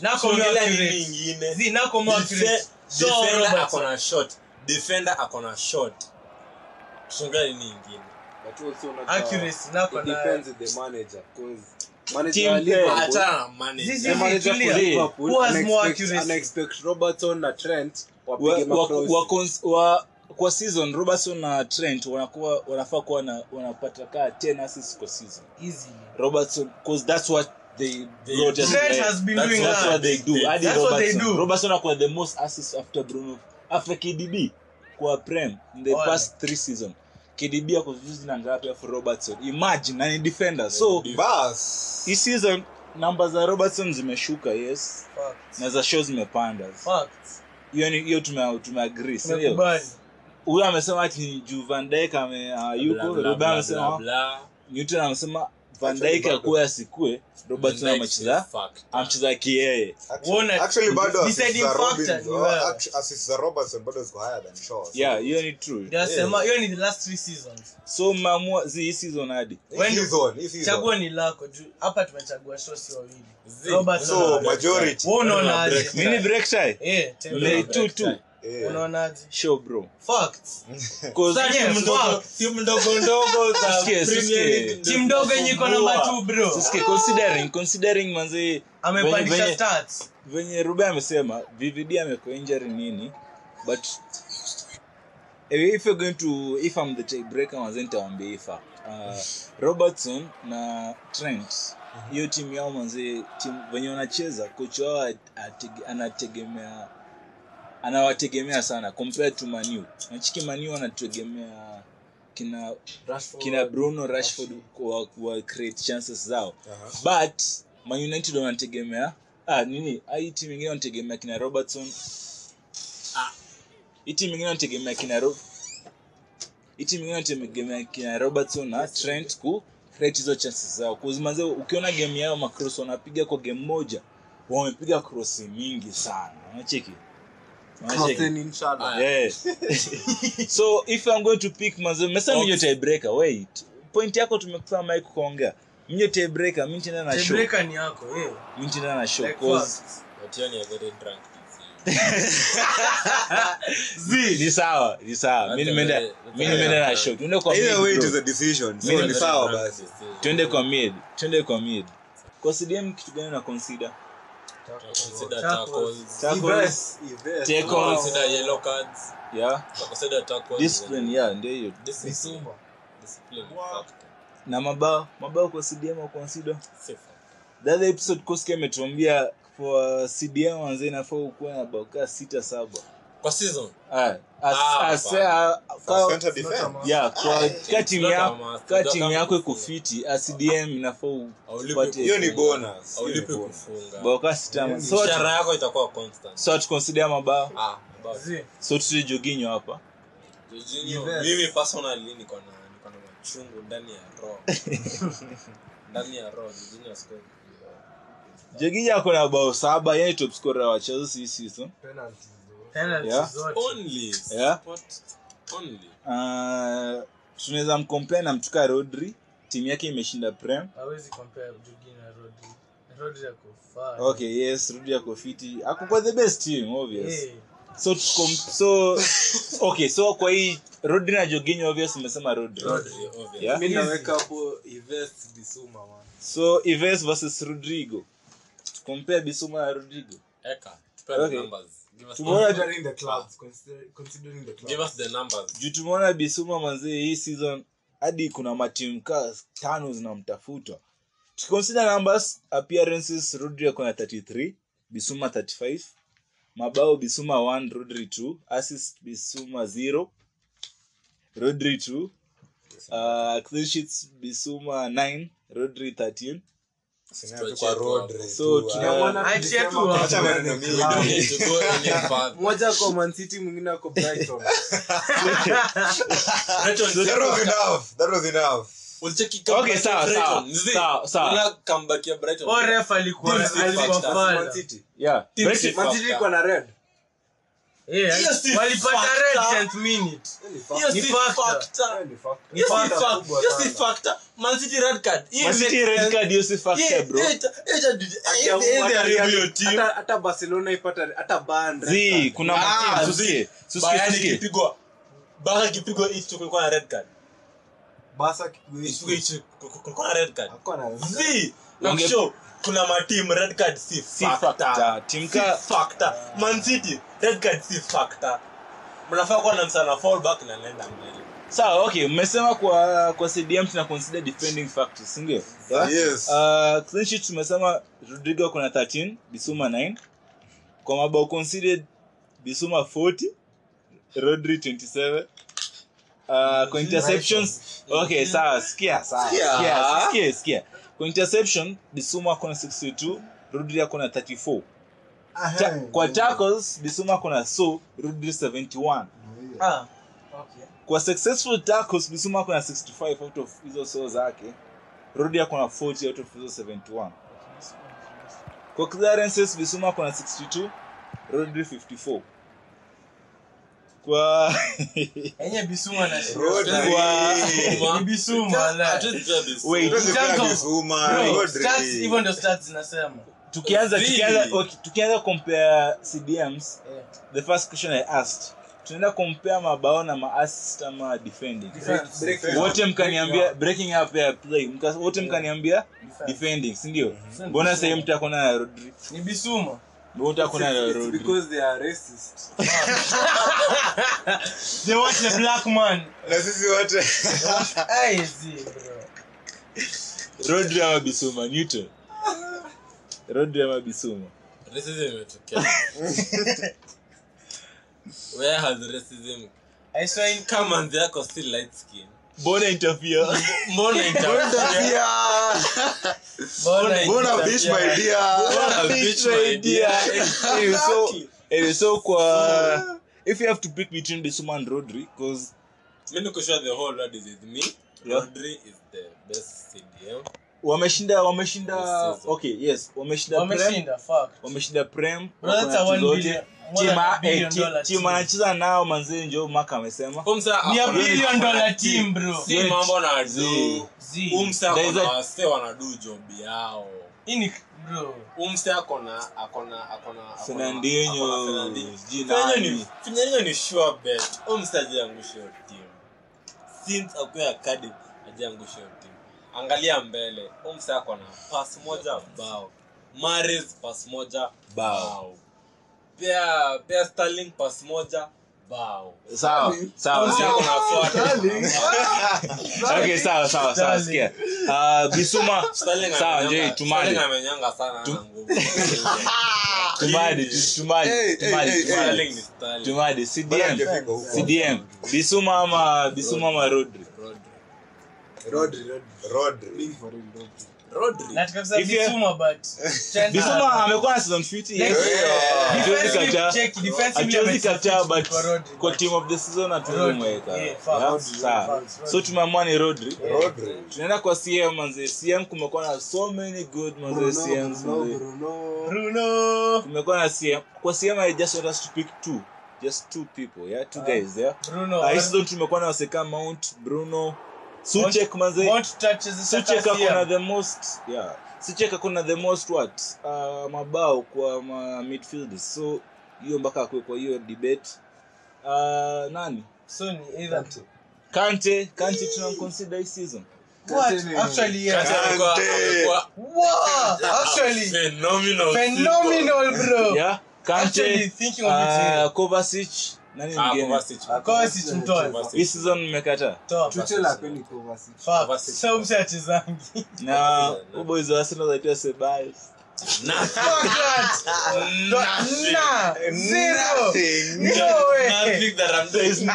Speaker 6: nakomoa
Speaker 7: Tunaongelea nini
Speaker 6: accurate
Speaker 7: ingine?
Speaker 6: zi nakomoa accurate
Speaker 7: Defe-
Speaker 6: so
Speaker 7: defender ako
Speaker 6: Robertson
Speaker 7: na shot defender ako na shot tunaongelea nini ingine
Speaker 8: but also not
Speaker 6: accuracy nako
Speaker 8: it
Speaker 6: na
Speaker 8: depends on the manager because manager
Speaker 5: Team
Speaker 8: wa Liverpool
Speaker 7: hata na manager.
Speaker 6: Zizi-
Speaker 8: the manager
Speaker 6: Tulia.
Speaker 8: for Liverpool
Speaker 6: Who has
Speaker 8: ana
Speaker 6: more
Speaker 8: expect-
Speaker 6: accuracy?
Speaker 8: ana expect Robertson na Trent
Speaker 5: wa,
Speaker 8: wapige
Speaker 5: wa,
Speaker 8: macross
Speaker 5: wa, cons- wa, kwa season robertson na trent wanakuwa wanafaa kuwa na- wanapata kaa 10 assists kwa season
Speaker 6: easily
Speaker 5: robertson because that's what they
Speaker 7: They-
Speaker 5: brought us
Speaker 6: Trent
Speaker 5: there.
Speaker 6: has been
Speaker 5: that's,
Speaker 6: doing
Speaker 5: that's
Speaker 6: that.
Speaker 5: what they do
Speaker 7: They-
Speaker 5: Hadi
Speaker 6: that's what they
Speaker 5: robertson
Speaker 6: do.
Speaker 5: robertson akuwa the most assists after bruno after kdb kwa prem in the
Speaker 6: Oh,
Speaker 5: past three season kdb ako vizuri na ngapi afu robertson imagine na ni defender so
Speaker 2: bas
Speaker 5: hii season namba za robertson zimeshuka yes
Speaker 6: fact
Speaker 5: na za show zimepanda
Speaker 6: fact
Speaker 5: hiyo ni- hiyo tume- tumeagree si ndio?
Speaker 6: tumekubali
Speaker 5: huyo amesema ati juu van dijk ame-
Speaker 7: Bla,
Speaker 5: hayuko
Speaker 7: bla,
Speaker 5: Robben
Speaker 7: bla, bla,
Speaker 5: amesema
Speaker 2: ah.
Speaker 7: bla.
Speaker 5: newton amesema van
Speaker 2: Actually,
Speaker 5: dijk
Speaker 2: bado.
Speaker 5: akuwe asikue robertson
Speaker 7: Next
Speaker 5: amecheza
Speaker 7: fact.
Speaker 5: amcheza kiyeye
Speaker 2: Actually-
Speaker 6: Wona-
Speaker 2: actually bado assist
Speaker 6: deciding
Speaker 2: za
Speaker 6: factor
Speaker 2: Robins-
Speaker 6: ni wewe.
Speaker 2: actu- assist za robertson bado ziko higher than Shaw, so-
Speaker 5: yeah hiyo ni true
Speaker 6: ndasema hiyo ni the last three seasons
Speaker 5: so mmeamua zi hii season hadi
Speaker 2: Hii season, hii season.
Speaker 6: chaguo ni lako juu hapa tumechagua shosi wawili
Speaker 7: Zi-
Speaker 6: Robertson
Speaker 2: So,
Speaker 6: na-
Speaker 2: majority.
Speaker 6: Wewe
Speaker 7: Break
Speaker 5: mini
Speaker 6: unaonaje
Speaker 5: break tie
Speaker 6: eh
Speaker 5: Ni
Speaker 6: tena
Speaker 5: two two
Speaker 2: Yeah.
Speaker 6: unaonaje
Speaker 5: show bro
Speaker 6: facts
Speaker 5: 'Cause
Speaker 6: Sasa,
Speaker 5: timu
Speaker 6: yes,
Speaker 5: ndogo-
Speaker 6: fact.
Speaker 7: timu ndogo ndogo za
Speaker 5: Tusikie,
Speaker 7: Premier
Speaker 5: tusikie.
Speaker 7: League ndio
Speaker 6: timu ndogo yenye iko
Speaker 7: zinafungua.
Speaker 6: namba two bro
Speaker 5: sisike, considering considering manzi venye-
Speaker 6: amepandisha
Speaker 5: venye-
Speaker 6: stats
Speaker 5: venye rube amesema vvd amekuwa injury nini but eh, if you're going to if i'm the tiebreaker manze nitawambia hii fact uh, robertson na trent hiyo timu yao manze timu venye wanacheza kocha wao atege- anategemea anawategemea sana compared to maniu nachiki maniu anategemea kina kina bruno rashford wa, wa create chances zao uh-huh. but man united wanategemea ah, nini Ah, hii timu ingine wanategemea kina robertson Ah, hii timu ingine wanategemea kina Ro- hii timu ingine wanategemea kina robertson na trent ku create hizo chances zao kuzimanze ukiona game yao macross wanapiga kwa game moja wamepiga krosi mingi sana unacheki unacheki
Speaker 7: Haya.
Speaker 5: yeah. so if i'm going to pick manze mmesema mnyo tiebreaker wait point yako tumekupa mike kuongea mnyo tiebreaker mimi nitaenda na show
Speaker 6: tebreaker ni yako eh
Speaker 5: mimi nitaenda na show
Speaker 6: Like
Speaker 5: cause
Speaker 7: Otieno are very drunk this year.
Speaker 5: zi ni sawa ni sawa mimi nimeenda mimi nimeenda na show tuende kwa
Speaker 2: Either way,
Speaker 5: mid
Speaker 2: it is
Speaker 5: bro.
Speaker 2: a decision. So,
Speaker 5: Mimi
Speaker 2: ni
Speaker 5: ni
Speaker 2: sawa
Speaker 7: Drunk
Speaker 2: basi.
Speaker 7: this year.
Speaker 5: tuende kwa mid tuende kwa mid kwa cdm kitu gani na consider
Speaker 7: Consider
Speaker 6: Tackles.
Speaker 7: tackles.
Speaker 5: tackles tackles
Speaker 7: Consider yellow cards.
Speaker 5: yeah
Speaker 7: Consider tackles.
Speaker 5: discipline yeah ndio hiyo
Speaker 7: Discipline. Discipline factor.
Speaker 5: na mabao mabao kwa cdm wa consider
Speaker 7: Si factor.
Speaker 5: the other episode koski ametuambia for cdm wanzee inafaa ukuwa na bao kaa sita saba
Speaker 7: Kwa season.
Speaker 5: Aya, as-
Speaker 7: Ah,
Speaker 5: as-
Speaker 7: hapana.
Speaker 5: ah,
Speaker 2: For
Speaker 5: kwa-
Speaker 2: center defense.
Speaker 5: yeah, kwa- ka timu
Speaker 7: not a
Speaker 5: yako-
Speaker 7: must.
Speaker 5: ka
Speaker 7: It's
Speaker 5: timu
Speaker 7: not a
Speaker 5: yako
Speaker 7: must.
Speaker 5: ikufiti acdm inafaa
Speaker 7: Haulipi
Speaker 5: upate-
Speaker 2: Hiyo ni
Speaker 7: kufunga.
Speaker 2: bonus. Hiyo ni
Speaker 7: Haulipi
Speaker 2: bonus.
Speaker 7: kufunga.
Speaker 5: bao kaa sita So tu-
Speaker 7: Mshahara yako itakuwa constant.
Speaker 5: so tuconsider mabao
Speaker 7: Ah, basi.
Speaker 6: zi
Speaker 5: so tute joginyo hapa
Speaker 7: Jorginho, mimi personally niko na niko na machungu ndani ya roho ndani ya roho Jorginho asikoi
Speaker 5: joginyo ako na bao saba yani top scorer wa Chelsea hii season
Speaker 6: penalty
Speaker 5: Yeah.
Speaker 6: zote
Speaker 7: only
Speaker 5: Yeah.
Speaker 7: support only
Speaker 5: Ah, tunaweza mcompare na mtuka rodri timu yake imeshinda prem
Speaker 6: hawezi compare Jorginho na Rodri Rodri ako far.
Speaker 5: okay yes rudi ako fiti ako kwa the best team obvious
Speaker 6: Eh,
Speaker 5: so tuko so okay so kwa hii rodri na joginyo obvious umesema rodri
Speaker 7: Rodri, obvious.
Speaker 5: Yeah.
Speaker 7: Mi naweka
Speaker 8: hapo Yves Bissouma man.
Speaker 5: so ives versus rodrigo tukompea bisuma na rodrigo
Speaker 7: Eka, tupe the
Speaker 5: Okay.
Speaker 7: numbers. Give us
Speaker 5: Tomorrow-
Speaker 7: the-
Speaker 8: Considering the clubs, consider, considering the clubs.
Speaker 7: give us the numbers.
Speaker 5: juu tumeona bisuma manzee hii season hadi kuna matimu kaa tano zinamtafuta tukiconsider numbers appearances rodri ako na 33 bisuma 35 mabao bisuma 1 rodri 2 assist bisuma 0 rodri 2 uh, clean sheets bisuma 9 rodri 13
Speaker 2: Sina kwa Rodri
Speaker 5: So,
Speaker 2: tu, ah.
Speaker 5: tunaona-
Speaker 8: Tulisema
Speaker 6: Achi yetu wa-
Speaker 2: Acha maneno
Speaker 7: We don't need to go any further.
Speaker 8: Mmoja kwa Man City, mwingine ako Brighton.
Speaker 7: Brighton,
Speaker 2: That was enough. That was enough.
Speaker 7: ulicheki
Speaker 5: Okay,
Speaker 7: comeback ya
Speaker 5: sawa, sawa,
Speaker 7: Brighton. Zee,
Speaker 5: sawa, sawa.
Speaker 7: unaona comeback ya Brighton.
Speaker 6: oh, ref alikuwa-
Speaker 7: Teams in
Speaker 6: alikuwa
Speaker 7: fact, that's
Speaker 6: far.
Speaker 8: Man City.
Speaker 5: yeah
Speaker 7: Team
Speaker 5: Brighton-
Speaker 7: sheet.
Speaker 8: Man City iko na red.
Speaker 6: Eh,
Speaker 7: Yes, ni
Speaker 6: walipata
Speaker 7: factor.
Speaker 6: red 10th minute.
Speaker 7: Hiyo si
Speaker 6: Ni factor.
Speaker 7: factor.
Speaker 8: Hiyo ni fact.
Speaker 7: Hiyo si
Speaker 8: Fact
Speaker 7: fact-
Speaker 8: kubwa
Speaker 7: hiyo si
Speaker 8: sana.
Speaker 7: factor. Man City red card. Hii eh,
Speaker 5: Man City
Speaker 7: make
Speaker 5: red
Speaker 7: sense.
Speaker 5: card hiyo si
Speaker 7: Yeah,
Speaker 5: factor bro
Speaker 7: yeah, ita- ita- ita-
Speaker 8: Akiamua
Speaker 7: ita-
Speaker 8: hata
Speaker 7: ita-
Speaker 8: Real-
Speaker 7: your team.
Speaker 8: hata- hata barcelona ipata hata band
Speaker 5: zi kuna
Speaker 7: Ah,
Speaker 5: matimu
Speaker 7: zi.
Speaker 5: susikie susikie
Speaker 7: Bayern
Speaker 5: susikie
Speaker 7: ikipigwa baka ikipigwa each kulikuwa na red card ikipigwa each kulikuwa na red card zi na
Speaker 5: Wange-
Speaker 7: show kuna matimu red card si
Speaker 5: Si
Speaker 7: factor
Speaker 5: factor. Timu
Speaker 7: Si
Speaker 5: ka-
Speaker 7: factor man city red card si factor mnafaa kuwa na msana fall back na nenda mbele
Speaker 5: sawa okay mmesema kwa kwa cdm tuna consider defending factors sindio
Speaker 2: Yes.
Speaker 5: uh, clean sheet tumesema rodrigo kuna 13 bisuma 9 kwa mabao considered bisuma 40 rodri 27 Uh, kwa interceptions okay sawa sikia sawa
Speaker 7: Sikia.
Speaker 5: sikia sikia sikia kwa interception bisuma akona 62 rodri akona 34 Ta- kwa tackles bisuma akona so rodri 71
Speaker 6: Ah, okay.
Speaker 5: kwa successful tackles bisuma ako na 65 out of hizo so zake rodi ako na 40 out of hizo 71 kwa clearances bisuma ako na 62 rodi 54 kwa
Speaker 6: Enye Bisuma na shida.
Speaker 2: Rodri.
Speaker 5: Kwa-
Speaker 6: Ni Bisuma la.
Speaker 7: Hatuwezi kujua this.
Speaker 5: Wait.
Speaker 2: Rodri pia
Speaker 6: Tango.
Speaker 2: Bissouma,
Speaker 6: Bro,
Speaker 2: Rodri.
Speaker 6: stats, hivyo ndio stats zinasema.
Speaker 5: tukianza
Speaker 7: Zii.
Speaker 5: tukianza okay, tukianza compare cdms
Speaker 6: Eh,
Speaker 5: the first question i asked tunaenda compare mabao na maassist ama defending
Speaker 6: defense,
Speaker 5: wote mkaniambia breaking up ya play Mka- wote mkaniambia
Speaker 6: defense.
Speaker 5: defending sindio
Speaker 6: Mhm.
Speaker 5: mbona sahii mtakona na rodri
Speaker 6: Ni Bisuma.
Speaker 5: mbona utakona na
Speaker 8: It's
Speaker 5: rodri
Speaker 8: because they are racist.
Speaker 6: They want the black man.
Speaker 2: Na sisi wote.
Speaker 6: Ai, zi, bro.
Speaker 5: rodri ama bisuma newton rodri ama bisuma
Speaker 7: Racism imetokea. Where has racism-
Speaker 6: I saw in
Speaker 7: kama manzi yako si light skin
Speaker 5: bona interfere
Speaker 7: mbona interfere?
Speaker 6: Bona
Speaker 2: Bona
Speaker 6: inatapia.
Speaker 2: fish my dear.
Speaker 7: Mbona bitch my dear?
Speaker 5: anyway, so, anyway, so kwa if you have to pick between bisuma and rodri because
Speaker 7: Mi niko sure the whole world is with me.
Speaker 5: Yeah.
Speaker 7: Rodri is the best CDM.
Speaker 5: wameshinda wameshinda
Speaker 7: Yes, yes.
Speaker 5: okay yes wameshinda prem
Speaker 6: Wameshinda, fuck.
Speaker 5: wameshinda prem
Speaker 6: Bro, that's a
Speaker 5: wako na timu
Speaker 6: one
Speaker 5: zote.
Speaker 6: billion- more
Speaker 5: Timu-
Speaker 6: than a
Speaker 5: eh,
Speaker 6: billion
Speaker 5: ti-
Speaker 6: dollar
Speaker 5: timu
Speaker 6: team.
Speaker 5: anacheza nao manzee njo maka amesema
Speaker 7: Umsa
Speaker 6: Ni a
Speaker 7: hakuna-
Speaker 6: billion dollar team, bro.
Speaker 7: si mambo na do.
Speaker 6: Zi.
Speaker 7: Umsa
Speaker 5: There is
Speaker 7: akona
Speaker 5: a-
Speaker 7: wase wanadu job yao.
Speaker 6: Hii ni- bro.
Speaker 7: Umsa akona akona akona akona-
Speaker 5: Fernandinho,
Speaker 7: akona Fernandinho.
Speaker 5: sijui
Speaker 7: Fernandinho
Speaker 5: nani.
Speaker 7: ni- Fernandinho ni sure bet. Umsa hajaangusha hiyo team. Since akuwe academy hajaangusha hiyo team. Angalia mbele. Umsa akona pass moja bao. Mahrez pass moja bao. Pia pia Sterling pass moja bao.
Speaker 5: sawa sawa
Speaker 7: Umsa
Speaker 5: sawa
Speaker 7: akona forward.
Speaker 5: okay sawa sawa sawa
Speaker 6: Darling.
Speaker 5: sikia uh, bisuma
Speaker 7: Sterling
Speaker 5: sawa
Speaker 7: amenyanga-
Speaker 5: njei tumali
Speaker 7: Sterling amenyanga sana hana nguvu.
Speaker 5: tumadi tu- tumadi
Speaker 2: Hey, hey,
Speaker 5: tumadi,
Speaker 2: hey,
Speaker 5: tumadi,
Speaker 7: Sterling ni Sterling.
Speaker 5: tumadi
Speaker 2: Bora
Speaker 5: cdm
Speaker 2: hajafika huko.
Speaker 5: cdm bisuma ama bisuma ama rodri
Speaker 7: Rodri.
Speaker 8: Rodri, Rodri.
Speaker 2: Rodri.
Speaker 7: Rodri.
Speaker 6: Nataka kusema
Speaker 5: If you-
Speaker 6: Bisuma, but-
Speaker 5: bisuma amekuwa na season 50 yes.
Speaker 2: Yeah.
Speaker 5: Hatuwezi
Speaker 6: Defensively-
Speaker 5: kataa.
Speaker 6: check, defensively
Speaker 5: Hatuwezi
Speaker 6: amesafisha
Speaker 5: kataa, but
Speaker 6: kwa Rodri,
Speaker 5: kwa
Speaker 6: but-
Speaker 5: team of the season hatuwezi
Speaker 6: Rodri,
Speaker 5: mweka.
Speaker 6: yeah,
Speaker 5: Yeah,
Speaker 6: facts,
Speaker 5: sawa.
Speaker 6: facts, Rodri.
Speaker 5: so tumeamua ni rodri
Speaker 2: Rodri.
Speaker 5: tunaenda kwa cm manze cm kumekuwa na so many good manze
Speaker 8: Bruno,
Speaker 5: cms
Speaker 8: Bruno,
Speaker 5: manze
Speaker 8: Bruno.
Speaker 6: Bruno.
Speaker 5: kumekuwa na CM. Kwa CM I just want us to pick two. Just two people, yeah?
Speaker 6: Ah.
Speaker 5: Two guys, yeah?
Speaker 6: Bruno,
Speaker 5: Uh, hii season tumekuwa na waseka Mount, Bruno, Suchek
Speaker 6: Mount-
Speaker 5: manze.
Speaker 6: Mount touches the
Speaker 5: Suchek
Speaker 6: sakasia.
Speaker 5: ako na the most, yeah. sicheka kuna the most what uh, mabao kwa ma midfielders so hiyo mpaka akue kwa hiyo debate uh, nani
Speaker 9: so ni either
Speaker 5: kante kante tunamconsider hii season
Speaker 6: What? Actually, yeah.
Speaker 7: Alikuwa- alikuwa
Speaker 6: Wow! Actually,
Speaker 7: phenomenal
Speaker 6: phenomenal, bro.
Speaker 5: yeah
Speaker 6: Oh. Actually,
Speaker 5: kante
Speaker 6: thinking of it, yeah.
Speaker 5: uh, Kovacic nani
Speaker 7: Ah,
Speaker 5: mwingine
Speaker 7: Kovacic.
Speaker 6: Kovacic mtoa.
Speaker 5: hii season mmekataa
Speaker 6: Toa.
Speaker 8: Tuchel hapendi kuoverseas.
Speaker 6: Fuck.
Speaker 7: Kovacic.
Speaker 6: Sio mshachezangi.
Speaker 5: na uboys wa Arsenal wanaitwa Ceballos
Speaker 6: Fuck that. Nah. Zero.
Speaker 2: Nothing.
Speaker 6: No way.
Speaker 7: Nothing that I'm doing.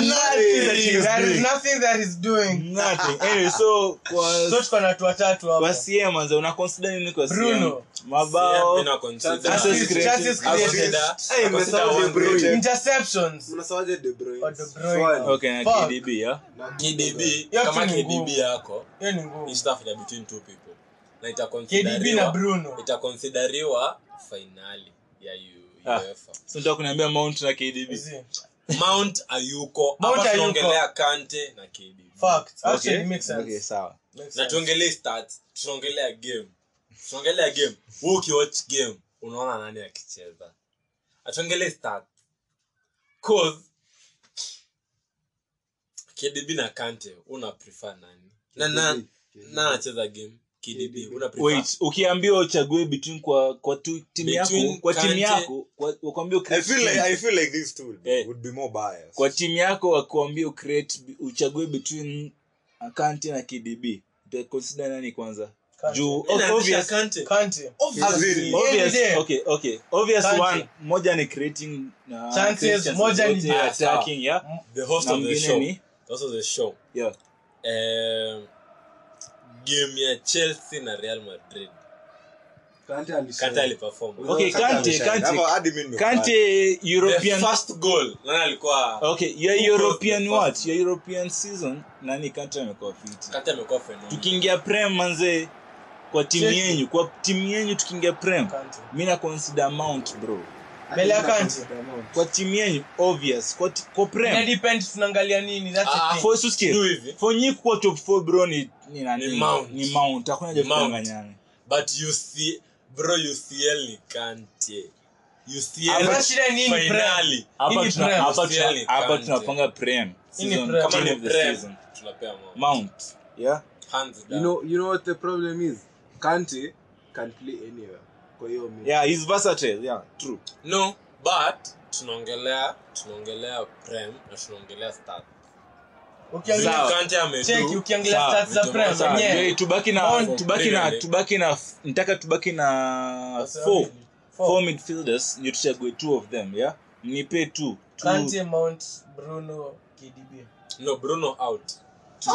Speaker 6: Nothing. There is nothing that is doing.
Speaker 5: nothing anyway so
Speaker 6: So
Speaker 5: kwa
Speaker 6: tuko na watu watatu hapa.
Speaker 5: kwa CM manze una consider nini kwa CM
Speaker 6: Bruno.
Speaker 5: mabao
Speaker 7: Yeah, mi na consider.
Speaker 6: Chances
Speaker 5: chances created.
Speaker 6: created.
Speaker 7: I consider- I
Speaker 2: Hey,
Speaker 7: consider
Speaker 2: Messi
Speaker 7: one
Speaker 2: De Bruyne.
Speaker 7: rated.
Speaker 6: Interceptions.
Speaker 8: Mnasawaje De Bruyne?
Speaker 6: Or De Bruyne.
Speaker 8: Swali.
Speaker 5: okay na
Speaker 6: Fuck.
Speaker 5: KDB yeah
Speaker 8: Na-
Speaker 7: KDB
Speaker 6: Yote
Speaker 7: kama
Speaker 6: ni
Speaker 7: KDB
Speaker 6: ngumu.
Speaker 7: yako
Speaker 6: Hiyo ni ngumu.
Speaker 7: itafanya between two people na
Speaker 6: KDB na
Speaker 7: itakonsidariwa
Speaker 6: Bruno.
Speaker 7: itakonsidariwa fainali ya U-
Speaker 5: Ah.
Speaker 7: UEFA
Speaker 5: so nataka kuniambia Mount na KDB
Speaker 6: Is it?
Speaker 7: Mount Ayuko
Speaker 6: Mount
Speaker 7: hapa
Speaker 6: Ayuko.
Speaker 7: tunaongelea Kante na KDB
Speaker 6: Fact. Actually,
Speaker 5: okay
Speaker 6: it makes
Speaker 5: okay
Speaker 6: sense.
Speaker 5: sawa
Speaker 6: Makes
Speaker 7: na
Speaker 6: sense.
Speaker 7: tuongelee stats tunaongelea game tunaongelea game wewe ukiwatch game unaona nani akicheza atuongelee stats cause KDB na Kante una prefer nani na na na anacheza game KDB una prefer
Speaker 5: wait ukiambiwa uchague between kwa kwa tu, timu yako
Speaker 7: Between
Speaker 5: kwa timu
Speaker 7: Kante-
Speaker 5: yako kwa- wakuambie
Speaker 2: I
Speaker 5: ucreate
Speaker 2: feel like
Speaker 5: team.
Speaker 2: I feel like these two would be,
Speaker 5: Eh.
Speaker 2: would be more biased.
Speaker 5: kwa timu yako wakuambia ucreate uchague between Kante na KDB utaconsider nani kwanza
Speaker 6: Kante.
Speaker 5: juu
Speaker 7: Mimi naanzisha
Speaker 5: obvious
Speaker 7: Kante
Speaker 6: Kante.
Speaker 2: As in,
Speaker 6: Any
Speaker 5: obvious
Speaker 6: day.
Speaker 5: okay okay obvious
Speaker 6: Kante.
Speaker 5: one moja ni creating uh,
Speaker 6: Chances, moja ni-
Speaker 5: zote,
Speaker 7: Ah, sawa.
Speaker 5: attacking yeah
Speaker 7: the host
Speaker 5: na
Speaker 7: of the
Speaker 5: mwingine
Speaker 7: show
Speaker 5: ni
Speaker 7: the host of the show
Speaker 5: yeah
Speaker 7: um, game ya chelsea na real madrid
Speaker 8: Kante alishinda.
Speaker 7: kata aliperform
Speaker 5: okay
Speaker 8: Kante
Speaker 5: Kante
Speaker 2: Shine.
Speaker 5: Kante
Speaker 2: Hapo hadi mimi nimekubali.
Speaker 5: Kante
Speaker 7: the
Speaker 5: European
Speaker 7: first goal nani alikuwa
Speaker 5: okay your
Speaker 7: Who
Speaker 5: European
Speaker 7: was the
Speaker 5: what
Speaker 7: first?
Speaker 5: your European season nani Kante amekuwa fit
Speaker 7: kata amekuwa phenomenal.
Speaker 5: tukiingia prem manze kwa timu
Speaker 6: Cheki.
Speaker 5: yenyu kwa timu yenyu tukiingia prem
Speaker 6: Kante.
Speaker 5: mi na consider mount bro
Speaker 6: Mbele ya Kante.
Speaker 5: kwa timu yenyu obvious kwa, ti- kwa
Speaker 6: Ina
Speaker 7: Yaani,
Speaker 5: prem
Speaker 6: depend tunaangalia nini. That's the
Speaker 7: Ah,
Speaker 6: thing.
Speaker 5: For- usikie,
Speaker 7: Do hivi
Speaker 5: for nyi kuwa top 4 bro ni ni nani
Speaker 7: Ni Mount.
Speaker 5: ni mount hakuna haja ya
Speaker 7: Mount.
Speaker 5: kudanganyana
Speaker 7: but UC, bro ucl ni kante
Speaker 6: Hapa shida ni nini,
Speaker 7: uclfinali
Speaker 5: hapa
Speaker 6: Hii ni
Speaker 5: tuna-
Speaker 6: prem.
Speaker 5: hapa
Speaker 7: Australia
Speaker 5: tuna- hapa
Speaker 7: Kante.
Speaker 5: tunapanga prem
Speaker 6: Hii ni
Speaker 5: Season
Speaker 6: prem.
Speaker 5: team
Speaker 7: kama ni
Speaker 5: of the
Speaker 7: prem
Speaker 5: season.
Speaker 7: tunapea Mount.
Speaker 5: mount yeah
Speaker 7: Hands
Speaker 8: You
Speaker 7: down.
Speaker 8: know- you know what the problem is? Kante can play anywhere. Kwa hiyo mi-
Speaker 5: yeah he's versatile yeah true
Speaker 7: no but tunaongelea tunaongelea prem na tunaongelea stat
Speaker 6: Ukiangalia-
Speaker 5: Sawa.
Speaker 7: kante amedu
Speaker 6: Cheki, ukiangalia
Speaker 5: Sawa,
Speaker 6: stats za
Speaker 7: vitu
Speaker 6: Prem,
Speaker 7: sawa.
Speaker 6: wenyewe.
Speaker 5: yeah. tubaki na
Speaker 6: Mount.
Speaker 5: tubaki na tubaki na nitaka tubaki na
Speaker 6: Sasa
Speaker 5: four
Speaker 6: wawili. Four.
Speaker 5: four midfielders ndio tuchague two of them yeah nipe two two
Speaker 6: Kante, Mount, Bruno, KDB.
Speaker 7: no bruno out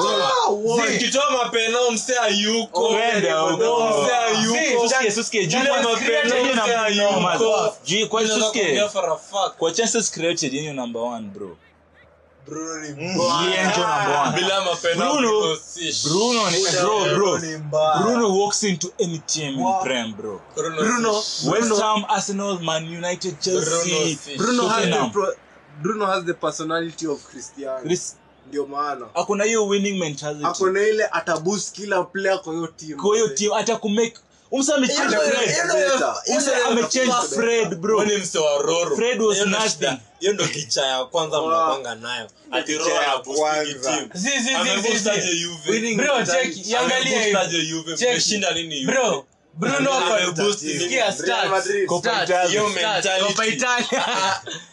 Speaker 6: Zee,
Speaker 7: kitoa mapeno mse ayuko
Speaker 5: Wenda huko.
Speaker 7: mse
Speaker 6: Zee,
Speaker 7: ayuko
Speaker 5: Suske, suske, juu
Speaker 6: Jana
Speaker 5: kwa
Speaker 6: screen
Speaker 5: mapema, yenye
Speaker 6: screen
Speaker 5: namba
Speaker 6: no,
Speaker 5: yenye
Speaker 6: no.
Speaker 5: maza. Juu kwa
Speaker 7: Unaweza
Speaker 5: suske,
Speaker 7: kuongea for a fuck.
Speaker 5: kwa chances created yenye number one, bro. Mm,
Speaker 7: Bruno ni
Speaker 5: Yeye ndio number
Speaker 7: mbaya.
Speaker 5: one.
Speaker 7: Bila mapeno,
Speaker 5: Ah. Bruno-
Speaker 7: Bruno si shit.
Speaker 5: Bruno ni- bro, bro.
Speaker 6: Ni mbaya.
Speaker 5: Bruno walks into any team in Prem, bro.
Speaker 7: Bruno si shit.
Speaker 5: West Ham, Arsenal, Man United, Chelsea,
Speaker 7: si-
Speaker 8: Bruno has the
Speaker 5: Tottenham.
Speaker 8: pro- Bruno has the personality of Cristiano.
Speaker 5: Chris-
Speaker 8: Ndio maana.
Speaker 5: ako na hiyo winning mentality.
Speaker 8: Ako na ile ataboost kila player kwa hiyo team.
Speaker 5: Kwa hiyo team hata kumake umsa amechange
Speaker 8: Ata-
Speaker 5: Fred.
Speaker 8: Ata- Ata-
Speaker 5: Umsa
Speaker 8: Ata-
Speaker 5: amechange
Speaker 8: Ata-
Speaker 5: Fred, bro.
Speaker 7: Huyo ni mse wa Roro.
Speaker 5: Fred was
Speaker 7: Hiyo ndo
Speaker 5: nothing.
Speaker 7: shida. hiyo ndo kicha ya kwanza
Speaker 8: Wow.
Speaker 7: mnakwanga nayo ati Roro
Speaker 2: Kicha ya
Speaker 7: anaboost hii
Speaker 2: kwanza.
Speaker 7: team.
Speaker 6: Zee, zee, zee,
Speaker 7: Ameboost
Speaker 6: zee,
Speaker 7: aje
Speaker 6: zee.
Speaker 7: Juve?
Speaker 6: Bro, cheki, iangalie
Speaker 7: Ameboost aje
Speaker 6: hivi.
Speaker 7: Juve?
Speaker 6: Cheki.
Speaker 7: Mmeshinda nini Juve?
Speaker 6: Bro, Bruno
Speaker 7: Ame-
Speaker 6: ako-
Speaker 7: ameboost Juve.
Speaker 6: Sikia
Speaker 8: Real
Speaker 6: stats.
Speaker 8: Madrid.
Speaker 5: Copa
Speaker 6: Stats.
Speaker 5: Italia.
Speaker 7: Hiyo
Speaker 6: Stats.
Speaker 7: mentality.
Speaker 6: Copa Italia.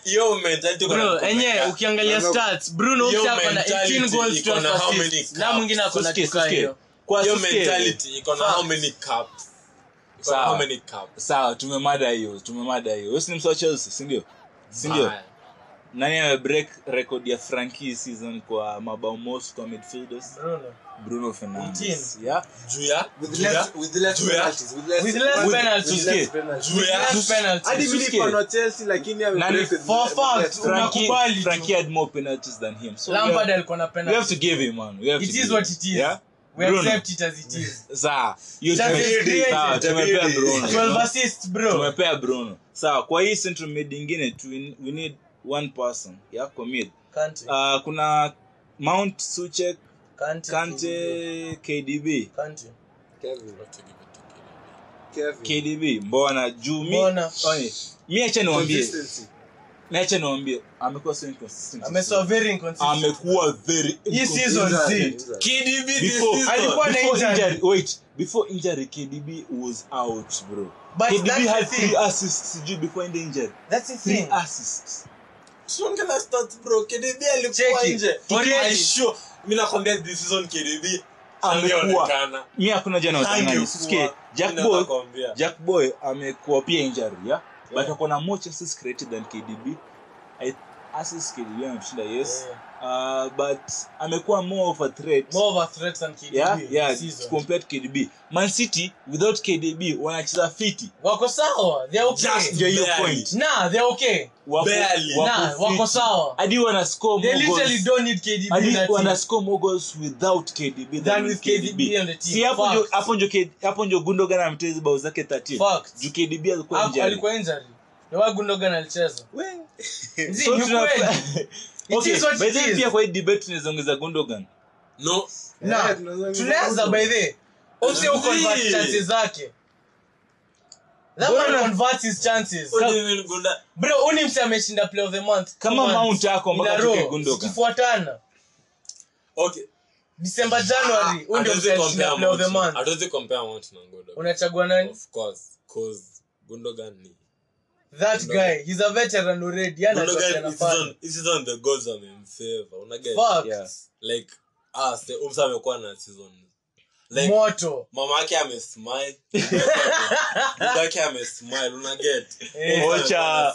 Speaker 7: Hiyo mentality kwa
Speaker 6: Ah, Bro,
Speaker 7: na-
Speaker 6: enyewe ukiangalia
Speaker 8: Yo,
Speaker 6: stats Bruno
Speaker 7: yo,
Speaker 6: mse ako na 18
Speaker 7: mentality
Speaker 6: goals
Speaker 7: iko na
Speaker 6: 12
Speaker 7: how many
Speaker 6: assists.
Speaker 7: cups?
Speaker 6: na mwingine ako na
Speaker 5: Suske,
Speaker 6: tuka
Speaker 5: suske.
Speaker 6: hiyo
Speaker 5: Kwa
Speaker 7: hiyo
Speaker 5: suske,
Speaker 7: mentality iko na how many cups iko na
Speaker 5: Sawa.
Speaker 7: how many cups
Speaker 5: sawa tumemada hiyo tumemada hiyo wesi ni msa wa chelsea sindio sindio
Speaker 7: Haya.
Speaker 5: nani amebreak record ya franki season kwa mabao most kwa midfielders
Speaker 6: Bruno.
Speaker 5: bruno fernandes yeah?
Speaker 7: juu ya
Speaker 8: With
Speaker 7: juu ya-
Speaker 8: less- with less
Speaker 7: Juya.
Speaker 8: penalties, with less-
Speaker 6: With less
Speaker 8: with-
Speaker 6: penalties.
Speaker 8: with less penalties.
Speaker 7: juu ya
Speaker 6: Last penalty.
Speaker 8: Hadi mimi
Speaker 5: Suske.
Speaker 8: niko na Chelsea, lakini ame-
Speaker 5: Nani-
Speaker 8: with-
Speaker 6: For
Speaker 8: with
Speaker 6: fact,
Speaker 8: less-
Speaker 6: una-
Speaker 5: Frankie-
Speaker 6: Unakubali tu.
Speaker 5: Frankie had more penalties than him so we have-
Speaker 6: Lampard alikuwa na
Speaker 5: we have to
Speaker 6: penalty.
Speaker 5: give him man we have
Speaker 6: It
Speaker 5: to
Speaker 6: is
Speaker 5: give
Speaker 6: what
Speaker 5: him.
Speaker 6: it is.
Speaker 5: yeah
Speaker 6: We
Speaker 5: Bruno.
Speaker 6: accept it as it is.
Speaker 5: sawa hiyo
Speaker 6: Chances
Speaker 5: tume-
Speaker 6: created.
Speaker 5: sawa, tumepea bruno
Speaker 6: 12 assists, bro.
Speaker 5: tumepea bruno sawa kwa hii central mid ingine tu, we need one person yeah kwa mid
Speaker 6: Kante.
Speaker 5: uh, kuna mount suchek
Speaker 6: Kante.
Speaker 5: kante kdb
Speaker 6: Kante.
Speaker 7: Have to
Speaker 8: Kevin.
Speaker 7: give it to
Speaker 8: Kevin.
Speaker 5: kdb mbona juu mi-
Speaker 10: Mbona?
Speaker 5: Oye, mi acha niwambie
Speaker 8: Consistency.
Speaker 5: nacha niwambie amekuwa so inconsistent.
Speaker 10: amesema very inconsistent
Speaker 5: amekuwa very
Speaker 10: Hii season
Speaker 5: inconsistent.
Speaker 10: si.
Speaker 7: KDB this
Speaker 5: Before-
Speaker 7: season.
Speaker 10: Alikuwa na
Speaker 5: before
Speaker 10: injury.
Speaker 5: injury- wait before injury kdb was out bro
Speaker 10: But that's
Speaker 5: kdb
Speaker 10: the
Speaker 5: had
Speaker 10: thing.
Speaker 5: three assists sijui before end injury
Speaker 10: that's the
Speaker 5: three
Speaker 10: thing
Speaker 5: assists
Speaker 7: Tunaongea stats bro. KDB alikuwa
Speaker 10: Cheki.
Speaker 7: nje.
Speaker 10: Today-
Speaker 7: I sure. Mimi nakwambia this season KDB
Speaker 5: amekuwa
Speaker 7: alionekana.
Speaker 5: mi hakuna jana watanganyi sisikie jack boy jack boy amekuwa pia injury yeah? but ako na much assists created than kdb I, assists kdb amemshinda yes uh, but amekuwa more of a threat
Speaker 6: more of a threat than KDB
Speaker 5: yeah, yeah,
Speaker 6: this season.
Speaker 5: compared to kdb man city without kdb wanacheza fiti
Speaker 6: wako sawa they are okay
Speaker 7: Just
Speaker 5: ndio hiyo
Speaker 7: barely.
Speaker 5: point
Speaker 6: nah they are okay
Speaker 5: Wako-
Speaker 7: Barely.
Speaker 5: wako
Speaker 6: nah
Speaker 5: fiti.
Speaker 6: wako sawa
Speaker 5: hadi wana score
Speaker 6: they
Speaker 5: more
Speaker 6: literally
Speaker 5: goals.
Speaker 6: don't need KDB in
Speaker 5: Hadi
Speaker 6: that
Speaker 5: wana
Speaker 6: team.
Speaker 5: score more goals without KDB than
Speaker 6: Than
Speaker 5: with
Speaker 6: with KDB on the team.
Speaker 5: Si hapo ndio-
Speaker 6: Facts.
Speaker 5: hapo ndio K- hapo ndio Gundogan ametoa hizo bao zake 13.
Speaker 6: Facts.
Speaker 5: Juu KDB alikuwa
Speaker 6: Haku-
Speaker 5: injured.
Speaker 6: alikuwa injury ndio wa Gundogan alicheza
Speaker 5: We-
Speaker 6: Zi,
Speaker 5: So
Speaker 6: ni
Speaker 5: tuna-
Speaker 6: kweli.
Speaker 5: Okay,
Speaker 6: is what
Speaker 5: by
Speaker 6: it
Speaker 5: the way
Speaker 6: is.
Speaker 5: pia kwa hii debate tunaweza ongeza Gundogan.
Speaker 7: No.
Speaker 6: Nah,
Speaker 8: Eh, tunazungumza
Speaker 6: tunaanza
Speaker 8: kuhusu-
Speaker 6: by the Omse
Speaker 7: Zi.
Speaker 6: uconvert chances zake that man converts his chances
Speaker 7: What do you mean Gunda?
Speaker 6: bro uni mse ameshinda play of the month two
Speaker 5: Kama
Speaker 6: months.
Speaker 5: Mount ako mpaka
Speaker 6: In a row,
Speaker 5: atoke Gundogan.
Speaker 6: zikifuatana
Speaker 7: Okay.
Speaker 5: Ah,
Speaker 6: december january huu ndio mse
Speaker 7: Hatuwezi
Speaker 6: alishinda
Speaker 7: compare
Speaker 6: play of the
Speaker 7: Mount na-
Speaker 6: month
Speaker 7: hatuwezi compare Mount na Gundogan.
Speaker 6: unachagua nani
Speaker 7: Of course, 'cause Gundogan ni-
Speaker 6: that
Speaker 7: Gundogan.
Speaker 6: guy he's a veteran already Yeye anajua
Speaker 7: Gundogan,
Speaker 6: kile
Speaker 7: this
Speaker 6: anafanya.
Speaker 7: season- this season the gods wamemfavor. Una get?
Speaker 6: Fuck.
Speaker 7: Like, ah, se- Umsa amekuwa na season. Like,
Speaker 6: moto
Speaker 7: mama yake amesmile mdake amesmile unaget
Speaker 6: Eh.
Speaker 5: Ocha.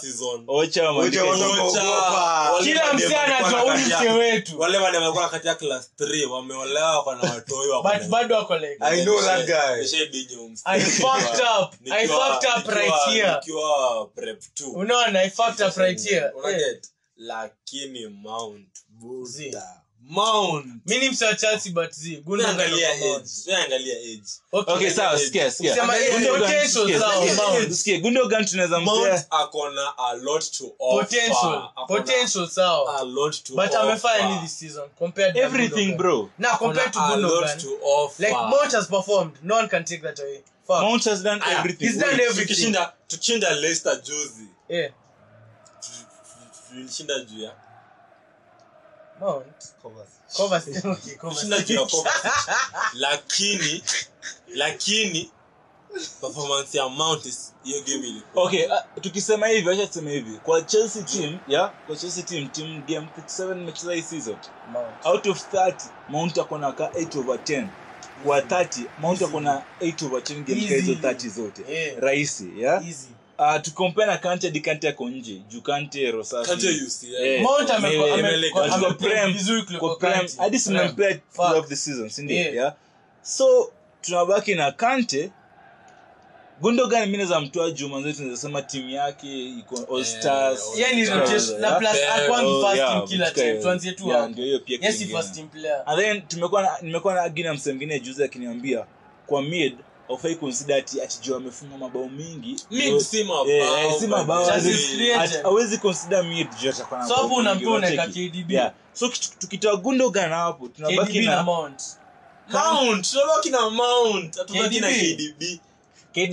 Speaker 5: Ocha
Speaker 2: Ocha,
Speaker 5: wamandike-
Speaker 2: Ocha. Ogopa.
Speaker 6: kila mse anajua huyu mse wetu
Speaker 7: Hmm. wale wale wamekuwa katika class 3 wameolewa wako na watoi wako
Speaker 6: but
Speaker 7: na-
Speaker 6: bado ako like
Speaker 2: I know that guy.
Speaker 7: Nishaibinya huyu mse.
Speaker 6: I fucked up.
Speaker 7: Nikiwa-
Speaker 6: I fucked up
Speaker 7: nikiwa-
Speaker 6: right here.
Speaker 7: nikiwa prep two.
Speaker 6: unaona i fucked up right here Eh,
Speaker 7: Unaget? lakini mount
Speaker 6: Zee.
Speaker 7: buda mount
Speaker 6: mi ni mse wa chelsea but zi Gundogan
Speaker 7: Angalia
Speaker 6: ako Mount.
Speaker 7: age. Angalia age.
Speaker 6: Okay.
Speaker 5: Okay, sawa, sikia, sikia.
Speaker 6: Usema, eh,
Speaker 5: Gundogan,
Speaker 6: potential
Speaker 5: sikia,
Speaker 6: zao,
Speaker 5: sikia,
Speaker 6: Mount.
Speaker 5: sikia, Gundogan tunaweza mpea-
Speaker 7: Mount ako na a lot to offer.
Speaker 6: potential
Speaker 7: Ako na
Speaker 6: potential
Speaker 7: a
Speaker 6: sawa
Speaker 7: lot to
Speaker 6: but
Speaker 7: offer.
Speaker 6: amefanya nini this season compared to
Speaker 5: everything
Speaker 6: Gundogan?
Speaker 5: bro
Speaker 6: Nah, compared to
Speaker 7: Ako na a lot
Speaker 6: Gundogan.
Speaker 7: to offer.
Speaker 6: like Mount has performed no one can take that away Fuck.
Speaker 5: mount has done
Speaker 7: Aya,
Speaker 5: everything
Speaker 6: Ah, he's done
Speaker 5: Wait.
Speaker 6: everything.
Speaker 7: Tukishinda- tukishinda Leicester juzi
Speaker 6: Eh,
Speaker 7: tulishinda juu ya
Speaker 6: Mount. Covers. Okay, covers.
Speaker 7: tulishinda juu ya Kovacic. lakini lakini performance ya mount is- hiyo game ilikuwa
Speaker 5: okay uh, tukisema hivi acha tuseme hivi kwa chelsea team yeah kwa chelsea team team game 57 imecheza hii season
Speaker 6: Mount.
Speaker 5: out of 30 mount akona ka 8 over 10 kwa 30 mount akona 8 over 10 game
Speaker 6: Easy.
Speaker 5: ka hizo 30 zote
Speaker 6: Yeah.
Speaker 5: rahisi yeah
Speaker 6: Easy.
Speaker 5: uh, tukompea na kante hadi kante ako nje juu kante rosasi
Speaker 7: Kante UCL.
Speaker 5: Eh,
Speaker 6: Mount
Speaker 5: eh,
Speaker 6: amekuwa-
Speaker 5: eh,
Speaker 6: amekuwa-
Speaker 5: eh, kwa
Speaker 6: amekuwa
Speaker 5: Prem,
Speaker 6: vizuri kuliko
Speaker 5: kwa Prem,
Speaker 6: Kante.
Speaker 5: hadi si
Speaker 6: Prem.
Speaker 5: mnampea
Speaker 6: Fuck.
Speaker 5: throughout the season si ndio?
Speaker 6: Yeah.
Speaker 5: yeah so tunabaki na kante gundogan mi naweza mtoa juu manzetu nazasema timu yake iko all
Speaker 7: Eh,
Speaker 5: stars
Speaker 6: Yeah, ni
Speaker 7: Yeah,
Speaker 6: rotation na
Speaker 5: yeah.
Speaker 6: plus
Speaker 7: Yeah,
Speaker 6: akwangi
Speaker 5: Oh,
Speaker 6: first
Speaker 5: yeah,
Speaker 6: team killer
Speaker 5: Bukayo.
Speaker 6: team tuanzie tu
Speaker 5: Yeah,
Speaker 6: hapo
Speaker 5: ndio hiyo pia
Speaker 6: yes
Speaker 5: kitu
Speaker 6: he
Speaker 5: ingine.
Speaker 6: first team player
Speaker 5: and then tumekuwa na- nimekuwa na agina msemgine juzi akiniambia kwa mid aufai consider ati atijua amefunga mabao mengi
Speaker 7: Mid si mabao,
Speaker 5: Yeah, yeah, si
Speaker 7: but
Speaker 5: mabao,
Speaker 7: just
Speaker 5: as in-
Speaker 6: is creative.
Speaker 5: ati- hawezi consider mid juu atakuwa na
Speaker 6: So
Speaker 5: mabao
Speaker 6: hapo unamtoa
Speaker 5: mengi,
Speaker 6: unaweka
Speaker 5: unacheki.
Speaker 6: KDB.
Speaker 5: Yeah. so kitu- tukitoa gundogan hapo tunabaki
Speaker 6: KDB na
Speaker 5: na
Speaker 6: Mount.
Speaker 7: mount tunabaki na mount hatubaki na
Speaker 6: KDB.
Speaker 7: kdb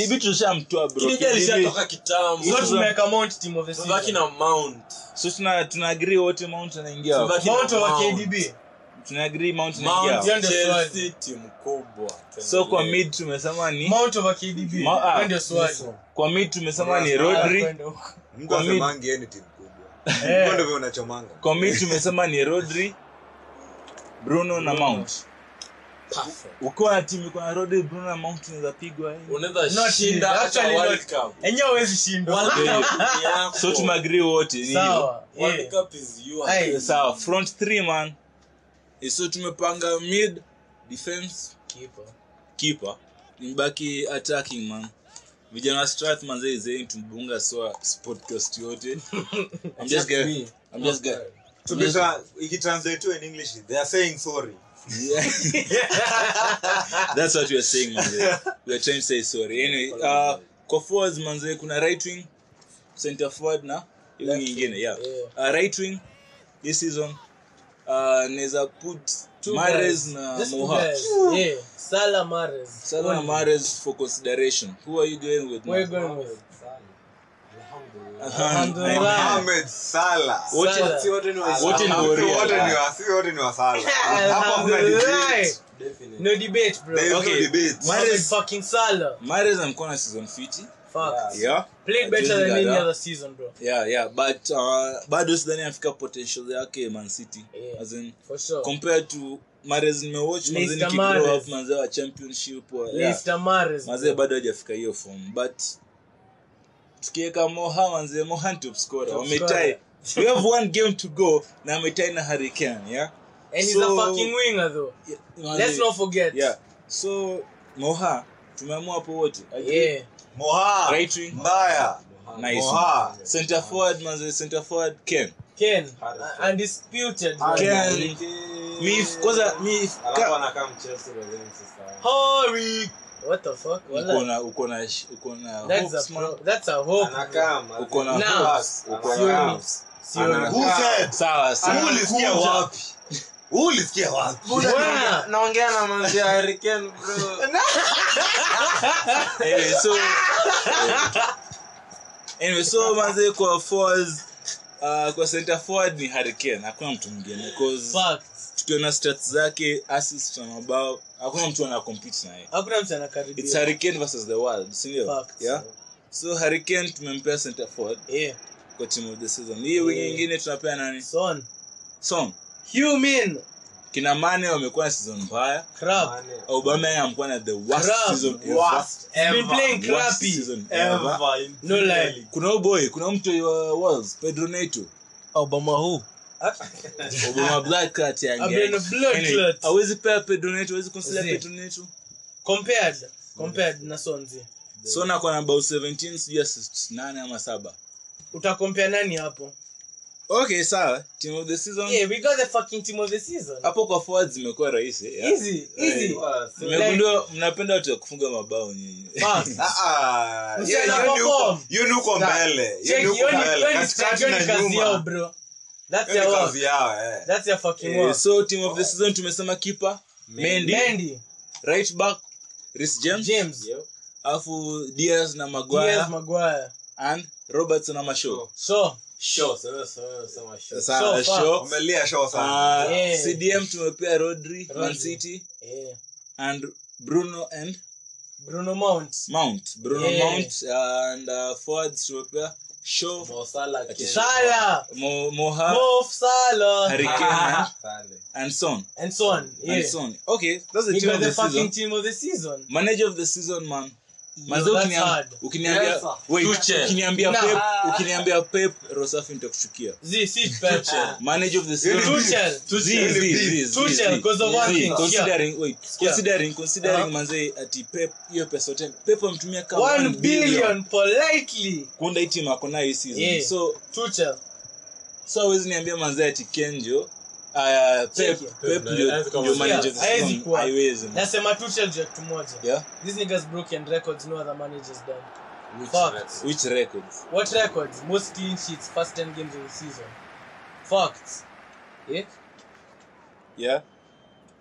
Speaker 5: kdb tulishamtoa bro
Speaker 7: kdb
Speaker 5: KDB.
Speaker 7: alishatoka
Speaker 6: So
Speaker 5: Hizo
Speaker 7: kitambo
Speaker 5: za-
Speaker 6: tumeweka Mount team of the
Speaker 7: tunabaki
Speaker 6: season.
Speaker 7: na mount
Speaker 5: so tuna tuna agree wote mount anaingia hapo.
Speaker 7: Tunabaki na
Speaker 6: Mount wa
Speaker 7: Mount.
Speaker 6: KDB.
Speaker 5: tuna agree mount anaingia
Speaker 7: Mount,
Speaker 5: hapo.
Speaker 6: Ndio
Speaker 7: Chelsea,
Speaker 6: swali.
Speaker 7: timu kubwa
Speaker 5: so kwa mid tumesema ni
Speaker 6: Mount over KDB.
Speaker 5: Ma- ah,
Speaker 6: Hiyo ndio swali.
Speaker 5: kwa mid tumesema ni
Speaker 2: Ah,
Speaker 5: rodri
Speaker 6: Kwenda huko.
Speaker 2: Mtu
Speaker 5: Kwa mid-
Speaker 2: asemangi yeye ni timu kubwa.
Speaker 6: Eh.
Speaker 2: Hivyo ndivyo unachomanga.
Speaker 5: kwa mi tumesema ni rodri bruno na mount
Speaker 7: Perfect.
Speaker 5: ukiwa na timu iko na rodri bruno na mount unaweza pigwa eh.
Speaker 7: unaweza
Speaker 6: Not
Speaker 7: shinda
Speaker 6: really,
Speaker 7: hata
Speaker 6: actually
Speaker 7: World
Speaker 6: not.
Speaker 7: Cup.
Speaker 6: Enyewe huwezi shindwa.
Speaker 7: World Cup
Speaker 5: Yeah.
Speaker 7: ni yako.
Speaker 5: so tumeagrii wote ni hiyo
Speaker 6: Sawa.
Speaker 7: World
Speaker 6: eh.
Speaker 7: Cup is yours.
Speaker 6: Aye.
Speaker 5: sawa front three man Eh, so tumepanga mid defense
Speaker 6: Keeper.
Speaker 5: keeper nimbaki attacking man vijana wa strath manzee zeni tumbunga soa podcast yote I'm just gonna- I'm just gonna-
Speaker 2: To be tra- ikitranslate in English, they are saying sorry.
Speaker 5: Yeah. That's what we are saying, manze. We are trying to say sorry. Anyway, uh, kwa forwards manze kuna right wing, center forward na hiyo nyingine, yeah.
Speaker 6: yeah.
Speaker 5: Uh, right wing this season uh, naweza put
Speaker 6: Two
Speaker 5: Mahrez
Speaker 6: guys.
Speaker 5: na
Speaker 6: Just two
Speaker 5: Moha.
Speaker 6: guys. Yeah, Salah, Mahrez.
Speaker 5: Salah
Speaker 6: Only.
Speaker 5: and Mahrez for consideration. Who are you going with?
Speaker 6: Where you
Speaker 5: now?
Speaker 6: going with?
Speaker 5: Ahmed.
Speaker 6: Alhamdulillah.
Speaker 2: Mohamed Salah.
Speaker 6: Salah.
Speaker 8: Si wote ni
Speaker 5: Wote ni
Speaker 8: Waislamu.
Speaker 2: Hapo
Speaker 5: Warrior.
Speaker 2: wote ni wa- si wote ni wa Salah. Hapo hakuna
Speaker 6: Alhamdulillah.
Speaker 2: debate.
Speaker 6: No debate, bro.
Speaker 2: There is no
Speaker 5: Okay.
Speaker 2: debate.
Speaker 5: Why-
Speaker 6: Mohamed fucking Salah.
Speaker 5: Mahrez I'm calling season 50.
Speaker 6: Fuck.
Speaker 5: Yeah.
Speaker 6: Played
Speaker 5: Ajezi
Speaker 6: better than any
Speaker 5: Dada.
Speaker 6: other season, bro.
Speaker 5: Yeah, yeah, but uh, bado sidhani afika potential yake man city
Speaker 6: Yeah.
Speaker 5: as in
Speaker 6: For sure.
Speaker 5: compared to mares nimewatch manze
Speaker 6: Leicester
Speaker 5: nikigrow
Speaker 6: Mahrez.
Speaker 5: up manze wa championship wa, yeah.
Speaker 6: Leicester Mahrez.
Speaker 5: manze bado hajafika hiyo form but tukiweka moha manze moha ni top scorer
Speaker 6: Top
Speaker 5: wametai
Speaker 6: scorer.
Speaker 5: we have one game to go na ametai na hurricane yeah
Speaker 6: And he's
Speaker 5: So-
Speaker 6: a fucking winger, though.
Speaker 5: Yeah,
Speaker 6: Let's
Speaker 5: manze,
Speaker 6: not forget.
Speaker 5: yeah so moha tumeamua hapo wote Agree?
Speaker 6: Yeah.
Speaker 2: Moha.
Speaker 5: right wing
Speaker 2: Mbaya.
Speaker 5: nice
Speaker 2: Moha.
Speaker 5: center forward manze center forward ken
Speaker 6: Ken. uh, Undisputed, bro.
Speaker 5: ken Ah, mi
Speaker 8: Eh,
Speaker 5: kwanza mi
Speaker 7: Alafu
Speaker 5: ka-
Speaker 7: anakaa Mchelsea by the way, sister.
Speaker 6: Hurry. What the fuck?
Speaker 5: uko
Speaker 6: Wallah.
Speaker 5: na uko na sh- uko na
Speaker 6: That's
Speaker 5: hopes,
Speaker 6: a
Speaker 5: man.
Speaker 6: pro- that's a hope.
Speaker 7: Anakaa, man.
Speaker 5: uko na
Speaker 6: Now.
Speaker 5: hopes, uko na
Speaker 6: Anakaa.
Speaker 5: hopes.
Speaker 6: Sio.
Speaker 2: Who said?
Speaker 5: sawa
Speaker 6: Ah.
Speaker 2: Who
Speaker 5: sawa
Speaker 2: ulisikia wapi? Who ulisikia wapi?
Speaker 6: Wow.
Speaker 10: naongea na manzi ya hurricane
Speaker 5: anyway so anyway so manze kwa forwards Uh, kwa center forward ni hurricane hakuna mtu mwingine because
Speaker 6: Facts.
Speaker 5: tukiona stats zake assist na mabao hakuna mtu ana compete naye
Speaker 6: Hakuna mtu
Speaker 5: it's
Speaker 6: anakaribia.
Speaker 5: hurricane versus the world si ndio
Speaker 6: Facts.
Speaker 5: yeah so hurricane tumempea center forward
Speaker 6: Yeah.
Speaker 5: kwa team of the season hii wiki
Speaker 6: Yeah.
Speaker 5: nyingine tunapea nani
Speaker 6: Son.
Speaker 5: song
Speaker 6: You mean
Speaker 5: kina mane wamekuwa na season mbaya
Speaker 6: crap.
Speaker 5: obama amekuwa na the worst
Speaker 6: Crap.
Speaker 5: season ever.
Speaker 6: Been playing
Speaker 5: Worst
Speaker 6: crappy.
Speaker 5: season ever.
Speaker 6: No lie.
Speaker 5: kuna huyu boy kuna mtu wa Wolves, pedro neto
Speaker 6: Obama who?
Speaker 5: obama black cat yangu.
Speaker 6: I've been a blood
Speaker 5: Anyway,
Speaker 6: clot.
Speaker 5: hawezi pea pedro neto hawezi consider
Speaker 6: Zee.
Speaker 5: pedro neto
Speaker 6: Compared. Compared na Sonzi.
Speaker 5: so na kwa na bao 17 sijui assist nane ama saba
Speaker 6: Utakompea nani hapo?
Speaker 5: okay sawa team of the season
Speaker 6: Yeah, we got the fucking team of the season.
Speaker 5: hapo kwa forwards imekuwa rahisi Oh, yeah.
Speaker 6: Easy, easy.
Speaker 5: nimegundua mnapenda watu wa kufunga mabao nyinyi Eh,
Speaker 6: Facts.
Speaker 2: Ah, ah.
Speaker 6: Msichana
Speaker 2: Yeah, yeye ni uko-
Speaker 6: perform.
Speaker 2: yeye ni uko mbele. Yeye
Speaker 6: Check,
Speaker 2: ni uko
Speaker 6: hiyo ni-
Speaker 2: mbele.
Speaker 6: hiyo ni
Speaker 2: Katikati
Speaker 6: strike, hiyo ni
Speaker 2: na
Speaker 6: kazi
Speaker 2: nyuma.
Speaker 6: yao, bro. That's
Speaker 2: Hiyo
Speaker 6: their
Speaker 2: ni
Speaker 6: work.
Speaker 2: kazi yao, eh.
Speaker 6: That's their fucking
Speaker 5: Eh,
Speaker 6: work.
Speaker 5: so team of the season tumesema kipa Mendy,
Speaker 6: Mendy,
Speaker 5: right back Reece James,
Speaker 6: James,
Speaker 5: alafu Diaz na Maguire
Speaker 6: Diaz, Maguire.
Speaker 5: and Robertson na Shaw.
Speaker 6: So,
Speaker 7: Sure, sasa- sasa- sasa sure.
Speaker 5: Sawa,
Speaker 6: Shaw,
Speaker 5: Shaw.
Speaker 2: Wamelia show sana.
Speaker 5: Ah,
Speaker 6: Yeah.
Speaker 5: CDM tumepea Rodri, Man
Speaker 6: Rodri.
Speaker 5: City
Speaker 6: yeah.
Speaker 5: and Bruno and
Speaker 6: eh, Bruno Mount.
Speaker 5: Mount. Bruno
Speaker 6: Yeah.
Speaker 5: Mount uh, and uh, forwards tumepea Shaw,
Speaker 7: Mo Salah,
Speaker 5: Ati-
Speaker 7: Ken-
Speaker 6: Salah,
Speaker 5: Mo, Moha,
Speaker 6: Mo Salah,
Speaker 5: Ah. Harry Kane
Speaker 6: Ah,
Speaker 7: Salah.
Speaker 5: and Son.
Speaker 6: and Son. Yeah,
Speaker 5: And Son. Okay, that's the
Speaker 6: we
Speaker 5: team
Speaker 6: got
Speaker 5: of
Speaker 6: the,
Speaker 5: the
Speaker 6: fucking
Speaker 5: season.
Speaker 6: team of the season.
Speaker 5: Manager of the season man.
Speaker 6: Yo,
Speaker 5: Mazao
Speaker 6: that's hard.
Speaker 5: ukiniambia wait, ukiniambia
Speaker 6: No.
Speaker 5: Pep, ukiniambia Pep Rosafi nitakuchukia.
Speaker 6: Z, sit back.
Speaker 5: manager of the season.
Speaker 6: Tuchel,
Speaker 5: Z, Z, Z, Z,
Speaker 6: Tuchel,
Speaker 5: Z.
Speaker 6: because of one
Speaker 5: Z,
Speaker 6: thing.
Speaker 5: considering- wait,
Speaker 6: Yeah.
Speaker 5: considering- considering
Speaker 6: Uh-huh.
Speaker 5: manze ati Pep, hiyo pesa yote Pep amtumia kama
Speaker 6: one
Speaker 5: one billion
Speaker 6: billion politely.
Speaker 5: kuunda hii team ako nayo hii season.
Speaker 6: Yeah.
Speaker 5: So-
Speaker 6: Tuchel,
Speaker 5: so hawezi niambia manze ati Kenjo, ah, Pep-
Speaker 6: Check it.
Speaker 5: Pep ndio-
Speaker 7: Hawezi kama-
Speaker 5: ndio manager of the
Speaker 6: Hawezi
Speaker 5: season.
Speaker 6: kuwa.
Speaker 5: Haiwezi.
Speaker 6: nasema Tuchel juu ya kitu moja.
Speaker 5: Yeah.
Speaker 6: These niggas broken records no other managers done.
Speaker 7: Which
Speaker 6: Fuck.
Speaker 7: record?
Speaker 5: Which records?
Speaker 6: What records? Most clean sheets, first 10 games of the season. Facts. Yeah?
Speaker 5: Yeah.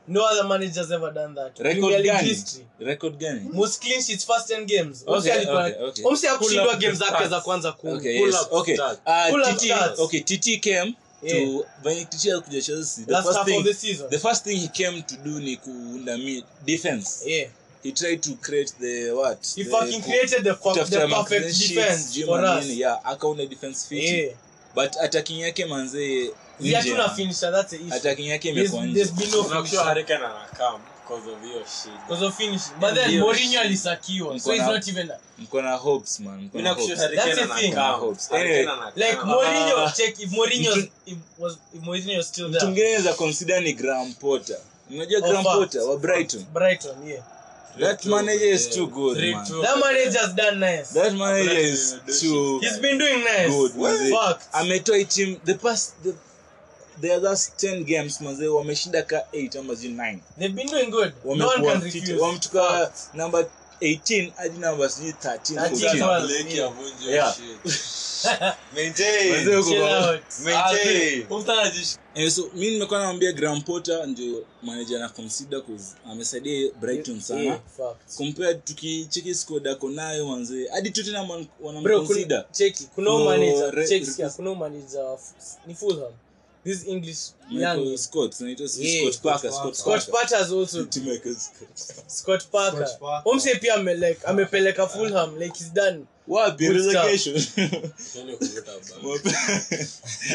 Speaker 6: No other manager's ever done that.
Speaker 5: Record
Speaker 6: Premier League
Speaker 5: gani?
Speaker 6: history.
Speaker 5: Record gani?
Speaker 6: Most clean sheets, first 10 games.
Speaker 5: Okay,
Speaker 6: Omsi alikuwa-
Speaker 5: okay, okay.
Speaker 6: Omsi hakushindwa
Speaker 7: Pull up
Speaker 6: games
Speaker 7: the
Speaker 6: zake za
Speaker 7: stats.
Speaker 6: kwanza kumi.
Speaker 5: Okay,
Speaker 7: Pull
Speaker 5: yes.
Speaker 7: up
Speaker 5: Okay.
Speaker 7: stats.
Speaker 5: Ah,
Speaker 6: Pull up
Speaker 5: TT
Speaker 6: stats.
Speaker 5: okay, TT came to
Speaker 6: Yeah.
Speaker 5: venye TT alikuja Chelsea, the
Speaker 6: Last
Speaker 5: first
Speaker 6: half
Speaker 5: thing-
Speaker 6: of the season.
Speaker 5: the first thing he came to do ni kuunda mi defense
Speaker 6: yeah.
Speaker 5: he tried to create the what
Speaker 6: He
Speaker 5: the,
Speaker 6: fucking created the, fu-
Speaker 5: kutafuta
Speaker 6: the perfect
Speaker 5: marksmanship,
Speaker 6: defense
Speaker 5: sijui
Speaker 6: for us.
Speaker 5: manini, yeah akaunda defense fit
Speaker 6: Yeah.
Speaker 5: but attacking yake manze
Speaker 6: Zi
Speaker 5: nje,
Speaker 6: hatuna
Speaker 5: man.
Speaker 6: finisher, that's the issue.
Speaker 5: attacking yake
Speaker 6: There's,
Speaker 5: imekuwa
Speaker 6: there's
Speaker 5: nje
Speaker 6: been no
Speaker 7: Unajua
Speaker 6: finisher.
Speaker 7: Harry Kane anakam because of hiyo shida.
Speaker 6: Because of finishing. But then
Speaker 7: Ndio.
Speaker 6: Mourinho oh. alisakiwa. So
Speaker 5: Mko
Speaker 6: he's
Speaker 5: na-
Speaker 6: not even...
Speaker 5: mko na hopes man mko
Speaker 7: Mimi
Speaker 5: na
Speaker 7: nakushauri
Speaker 5: hopes.
Speaker 7: Harry
Speaker 6: That's the
Speaker 7: Kane
Speaker 6: thing.
Speaker 7: anakam.
Speaker 5: Hopes. Eh,
Speaker 7: Harry Kane
Speaker 5: Anyway,
Speaker 7: anakam.
Speaker 6: Like Mourinho,
Speaker 5: Ah.
Speaker 6: check if Mourinho
Speaker 5: Mtu-
Speaker 6: if was if Mourinho is still
Speaker 5: mtu
Speaker 6: there.
Speaker 5: mngine anaweza consider ni Graham Potter unajua
Speaker 6: Of
Speaker 5: Graham
Speaker 6: course.
Speaker 5: Potter wa Brighton
Speaker 6: Brighton, yeah.
Speaker 5: that manager is too good
Speaker 7: Three,
Speaker 5: man.
Speaker 7: two.
Speaker 6: That manager's done nice.
Speaker 5: that manager is
Speaker 7: Brighton, yeah,
Speaker 5: too
Speaker 6: He's been doing nice.
Speaker 5: good manze.
Speaker 6: Fuck.
Speaker 5: ametoa hii team the past the, the last 10 games manze wameshinda ka 8 ama zi 9
Speaker 6: They've been doing good. No one
Speaker 5: wamekuwa
Speaker 6: can
Speaker 5: fit
Speaker 6: refuse.
Speaker 5: wametoka number 18 hadi number sijui 13
Speaker 6: That's
Speaker 5: 14.
Speaker 6: it, well,
Speaker 7: Leki
Speaker 6: yeah.
Speaker 7: avunje hiyo
Speaker 5: Yeah.
Speaker 7: shit.
Speaker 2: Maintain.
Speaker 7: Chill out.
Speaker 2: Maintain.
Speaker 7: Ah, mtu anajish-
Speaker 5: Eh, so mi nimekuwa naambia Graham Potter ndio manager na consider cause amesaidia Brighton sana
Speaker 7: Eh, fact.
Speaker 5: compared tukicheki squad ako nayo manze hadi Tottenham wan-
Speaker 6: Bro, kun-
Speaker 5: wanamconsider
Speaker 6: cheki kuna huyu
Speaker 5: No,
Speaker 6: manager,
Speaker 5: re-
Speaker 6: cheki
Speaker 5: re-
Speaker 6: sikia, kuna huyu manager wa F- ni Fulham. This English
Speaker 5: Michael
Speaker 6: young
Speaker 5: Scott anaitwa si
Speaker 6: Yeah,
Speaker 5: Scott Parker
Speaker 8: Scott
Speaker 5: Scott
Speaker 6: Scott
Speaker 5: Parker
Speaker 6: Parker is also
Speaker 5: Ati Michael Scott.
Speaker 6: Scott Parker.
Speaker 8: Scott Parker.
Speaker 6: Omse pia ame like amepeleka Fulham like he's done.
Speaker 5: Wapi
Speaker 6: Good stuff.
Speaker 5: relegation
Speaker 7: Yaani kuvuta bangi.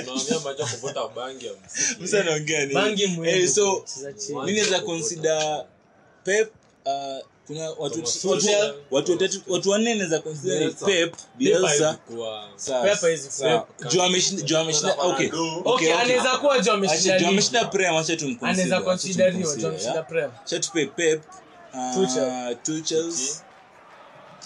Speaker 7: Unaongea mambo ya kuvuta bangi ya muziki.
Speaker 5: Msa anaongea nini?
Speaker 6: Eh, Bangi mwenye.
Speaker 5: Eh, so
Speaker 6: mchezaji.
Speaker 5: mi naweza consider Pep uh, kuna watu
Speaker 7: Thomas
Speaker 5: watu watu
Speaker 7: Tuchel.
Speaker 5: watatu- watu wanne naweza consider ni
Speaker 8: Bielsa.
Speaker 5: Pep
Speaker 7: Haiwezi
Speaker 5: Bielsa
Speaker 7: kuwa-
Speaker 5: sawa
Speaker 6: Pep haiwezi kuwa.
Speaker 5: sawa Joe ameshinda Joe ameshinda okay Oh.
Speaker 6: Okay, anaweza kuwa Joe ameshinda
Speaker 5: Acha-
Speaker 6: ligi.
Speaker 5: ameshinda prem acha tumconsider,
Speaker 6: Anaweza
Speaker 5: acha
Speaker 6: consideriwa Joe
Speaker 5: tumconsider,
Speaker 6: ameshinda
Speaker 5: yeah.
Speaker 6: Prem.
Speaker 5: Acha tupe pep uh,
Speaker 6: Tuchel.
Speaker 5: Tuchels,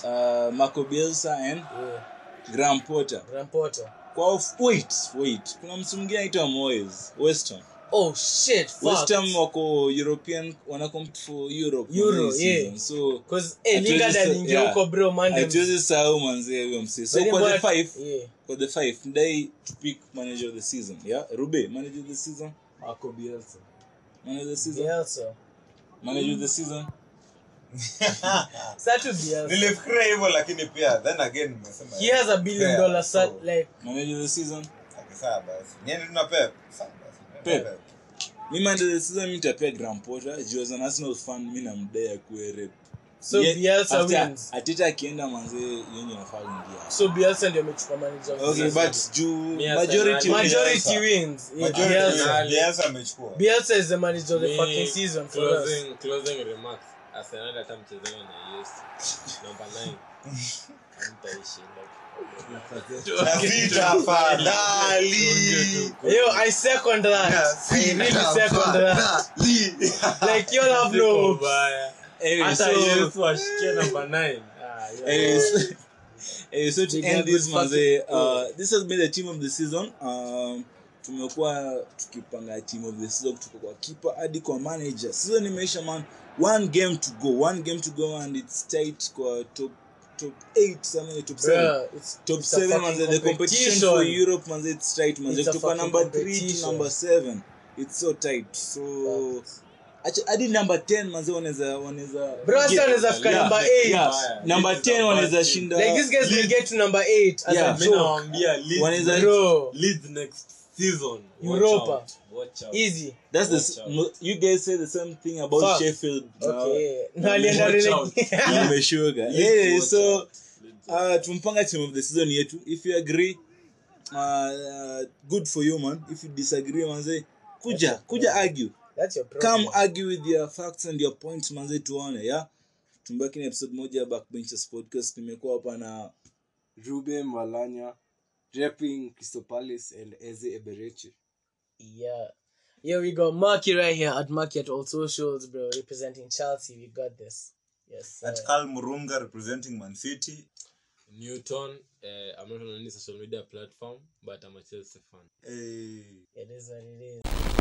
Speaker 5: uh, Marco Bielsa and
Speaker 6: Yeah,
Speaker 5: Graham Potter.
Speaker 6: Graham Potter.
Speaker 5: Kwa of- wait, wait. kuna mtu mwingine anaitwa Moyes West Ham
Speaker 6: Oh shit. fuck.
Speaker 5: West Ham wako European wanacompete for Europe
Speaker 6: Euro,
Speaker 5: for this
Speaker 6: yeah.
Speaker 5: season. so
Speaker 6: Cause eh
Speaker 5: Hatuwezi
Speaker 6: Lingard
Speaker 5: sa-
Speaker 6: aliingia
Speaker 5: yeah.
Speaker 6: huko bro Monday.
Speaker 5: hatuwezi sahau manzee huyo msee so
Speaker 6: Very
Speaker 5: kwa the
Speaker 6: bad-
Speaker 5: five
Speaker 6: Yeah.
Speaker 5: kwa the five mdai to pick manager of the season yeah Rube manager of the season
Speaker 7: Marco Bielsa.
Speaker 5: manager of the season
Speaker 6: Bielsa.
Speaker 5: manager of the season
Speaker 6: Sasa tu Bielsa.
Speaker 2: nilifikiria hivyo lakini pia then again nimesema
Speaker 6: He has a billion
Speaker 2: Fair,
Speaker 6: dollar sal
Speaker 2: so,
Speaker 6: like
Speaker 5: manager of the season
Speaker 2: okay, sawa basi nyeni tuna pep Sawa basi, tuna
Speaker 5: Pep.
Speaker 2: Pep.
Speaker 5: mi manager of the season mi nitapea Graham Potter juu as an Arsenal fan mi namdai akuwe rep
Speaker 6: so
Speaker 5: Yet,
Speaker 6: Bielsa
Speaker 5: after-
Speaker 6: wins.
Speaker 5: Arteta akienda manzee yenye nafaa kuingia
Speaker 6: So Bielsa ndio amechukua manager. of the
Speaker 5: okay
Speaker 6: season.
Speaker 5: but juu
Speaker 7: Mi
Speaker 5: majority
Speaker 7: Arsenal-
Speaker 6: majority wins. Yeah,
Speaker 2: Majority
Speaker 6: Bielsa.
Speaker 2: ya Bielsa amechukua
Speaker 6: Bielsa is the manager of the fucking
Speaker 7: Me,
Speaker 6: season for us.
Speaker 7: closing- closing remarks. Arsenal hata mchezana na yes namba 9 hamtaishinda
Speaker 2: na vita afadhali
Speaker 6: Yo, I second that. I really second that. Like you have no. hopes.
Speaker 7: Kubaya.
Speaker 5: Anyway,
Speaker 7: hata
Speaker 5: so-
Speaker 7: yesu ashikie namba 9 Ah, yeah.
Speaker 5: Anyway, so- anyway, so to
Speaker 6: They
Speaker 5: end
Speaker 6: got
Speaker 5: this
Speaker 6: good
Speaker 5: manze uh, this has been the team of the season um, tumekuwa tukipanga team of the season kutoka kwa keeper hadi kwa manager season imeisha man one game to go one game to go and it's tight kwa top top 8 something top 7
Speaker 6: Bruh, it's
Speaker 5: top
Speaker 6: it's a
Speaker 5: 7
Speaker 6: fucking
Speaker 5: manze the competition for europe manze it's tight manze
Speaker 6: It's a
Speaker 5: kutoka
Speaker 6: fucking
Speaker 5: number 3 to
Speaker 6: competition.
Speaker 5: number 7 it's so tight so acha hadi number 10 manze wanaweza wanaweza
Speaker 6: Bro, Arsenal wanaweza fika
Speaker 5: Yeah,
Speaker 6: number eight.
Speaker 5: yeah. number
Speaker 7: This is
Speaker 5: 10
Speaker 7: a bad
Speaker 5: wanaweza
Speaker 7: team.
Speaker 5: shinda
Speaker 6: Like these guys can get to number eight as
Speaker 5: Yeah,
Speaker 6: a
Speaker 7: Mi
Speaker 6: joke.
Speaker 7: nawaambia Leeds-
Speaker 5: Wanaweza-
Speaker 6: Bro,
Speaker 7: Leeds next season Watch
Speaker 6: Europa.
Speaker 7: out. Watch out.
Speaker 6: easy.
Speaker 5: that's the
Speaker 7: Watch
Speaker 5: s-
Speaker 7: out.
Speaker 5: mo- you guys say the same thing about
Speaker 6: Fuck.
Speaker 5: sheffield now.
Speaker 6: Okay. No, alienda
Speaker 7: Watch
Speaker 6: really.
Speaker 7: out.
Speaker 5: Wameshuka.
Speaker 7: Leeds,
Speaker 5: Yeah,
Speaker 7: watch
Speaker 5: so
Speaker 7: out. Leeds.
Speaker 5: uh, tumepanga team of the season yetu if you agree uh, uh, good for you man if you disagree manze kuja kuja argue
Speaker 6: That's your problem.
Speaker 5: come argue with your facts and your points manze tuone yeah tumbaki na episode moja ya backbenchers podcast nimekuwa hapa na
Speaker 8: Ruben Malanya, repping Crystal Palace and Eze Eberechi.
Speaker 6: Yeah. Yeah, we got Marky right here at Marky at all socials, bro. Representing Chelsea. We got this. Yes.
Speaker 2: at
Speaker 6: sir.
Speaker 2: Karl Murunga representing Man City
Speaker 7: Newton, eh, I'm not on any social media platform, but I'm a Chelsea fan.
Speaker 2: eh,
Speaker 6: It is what it is.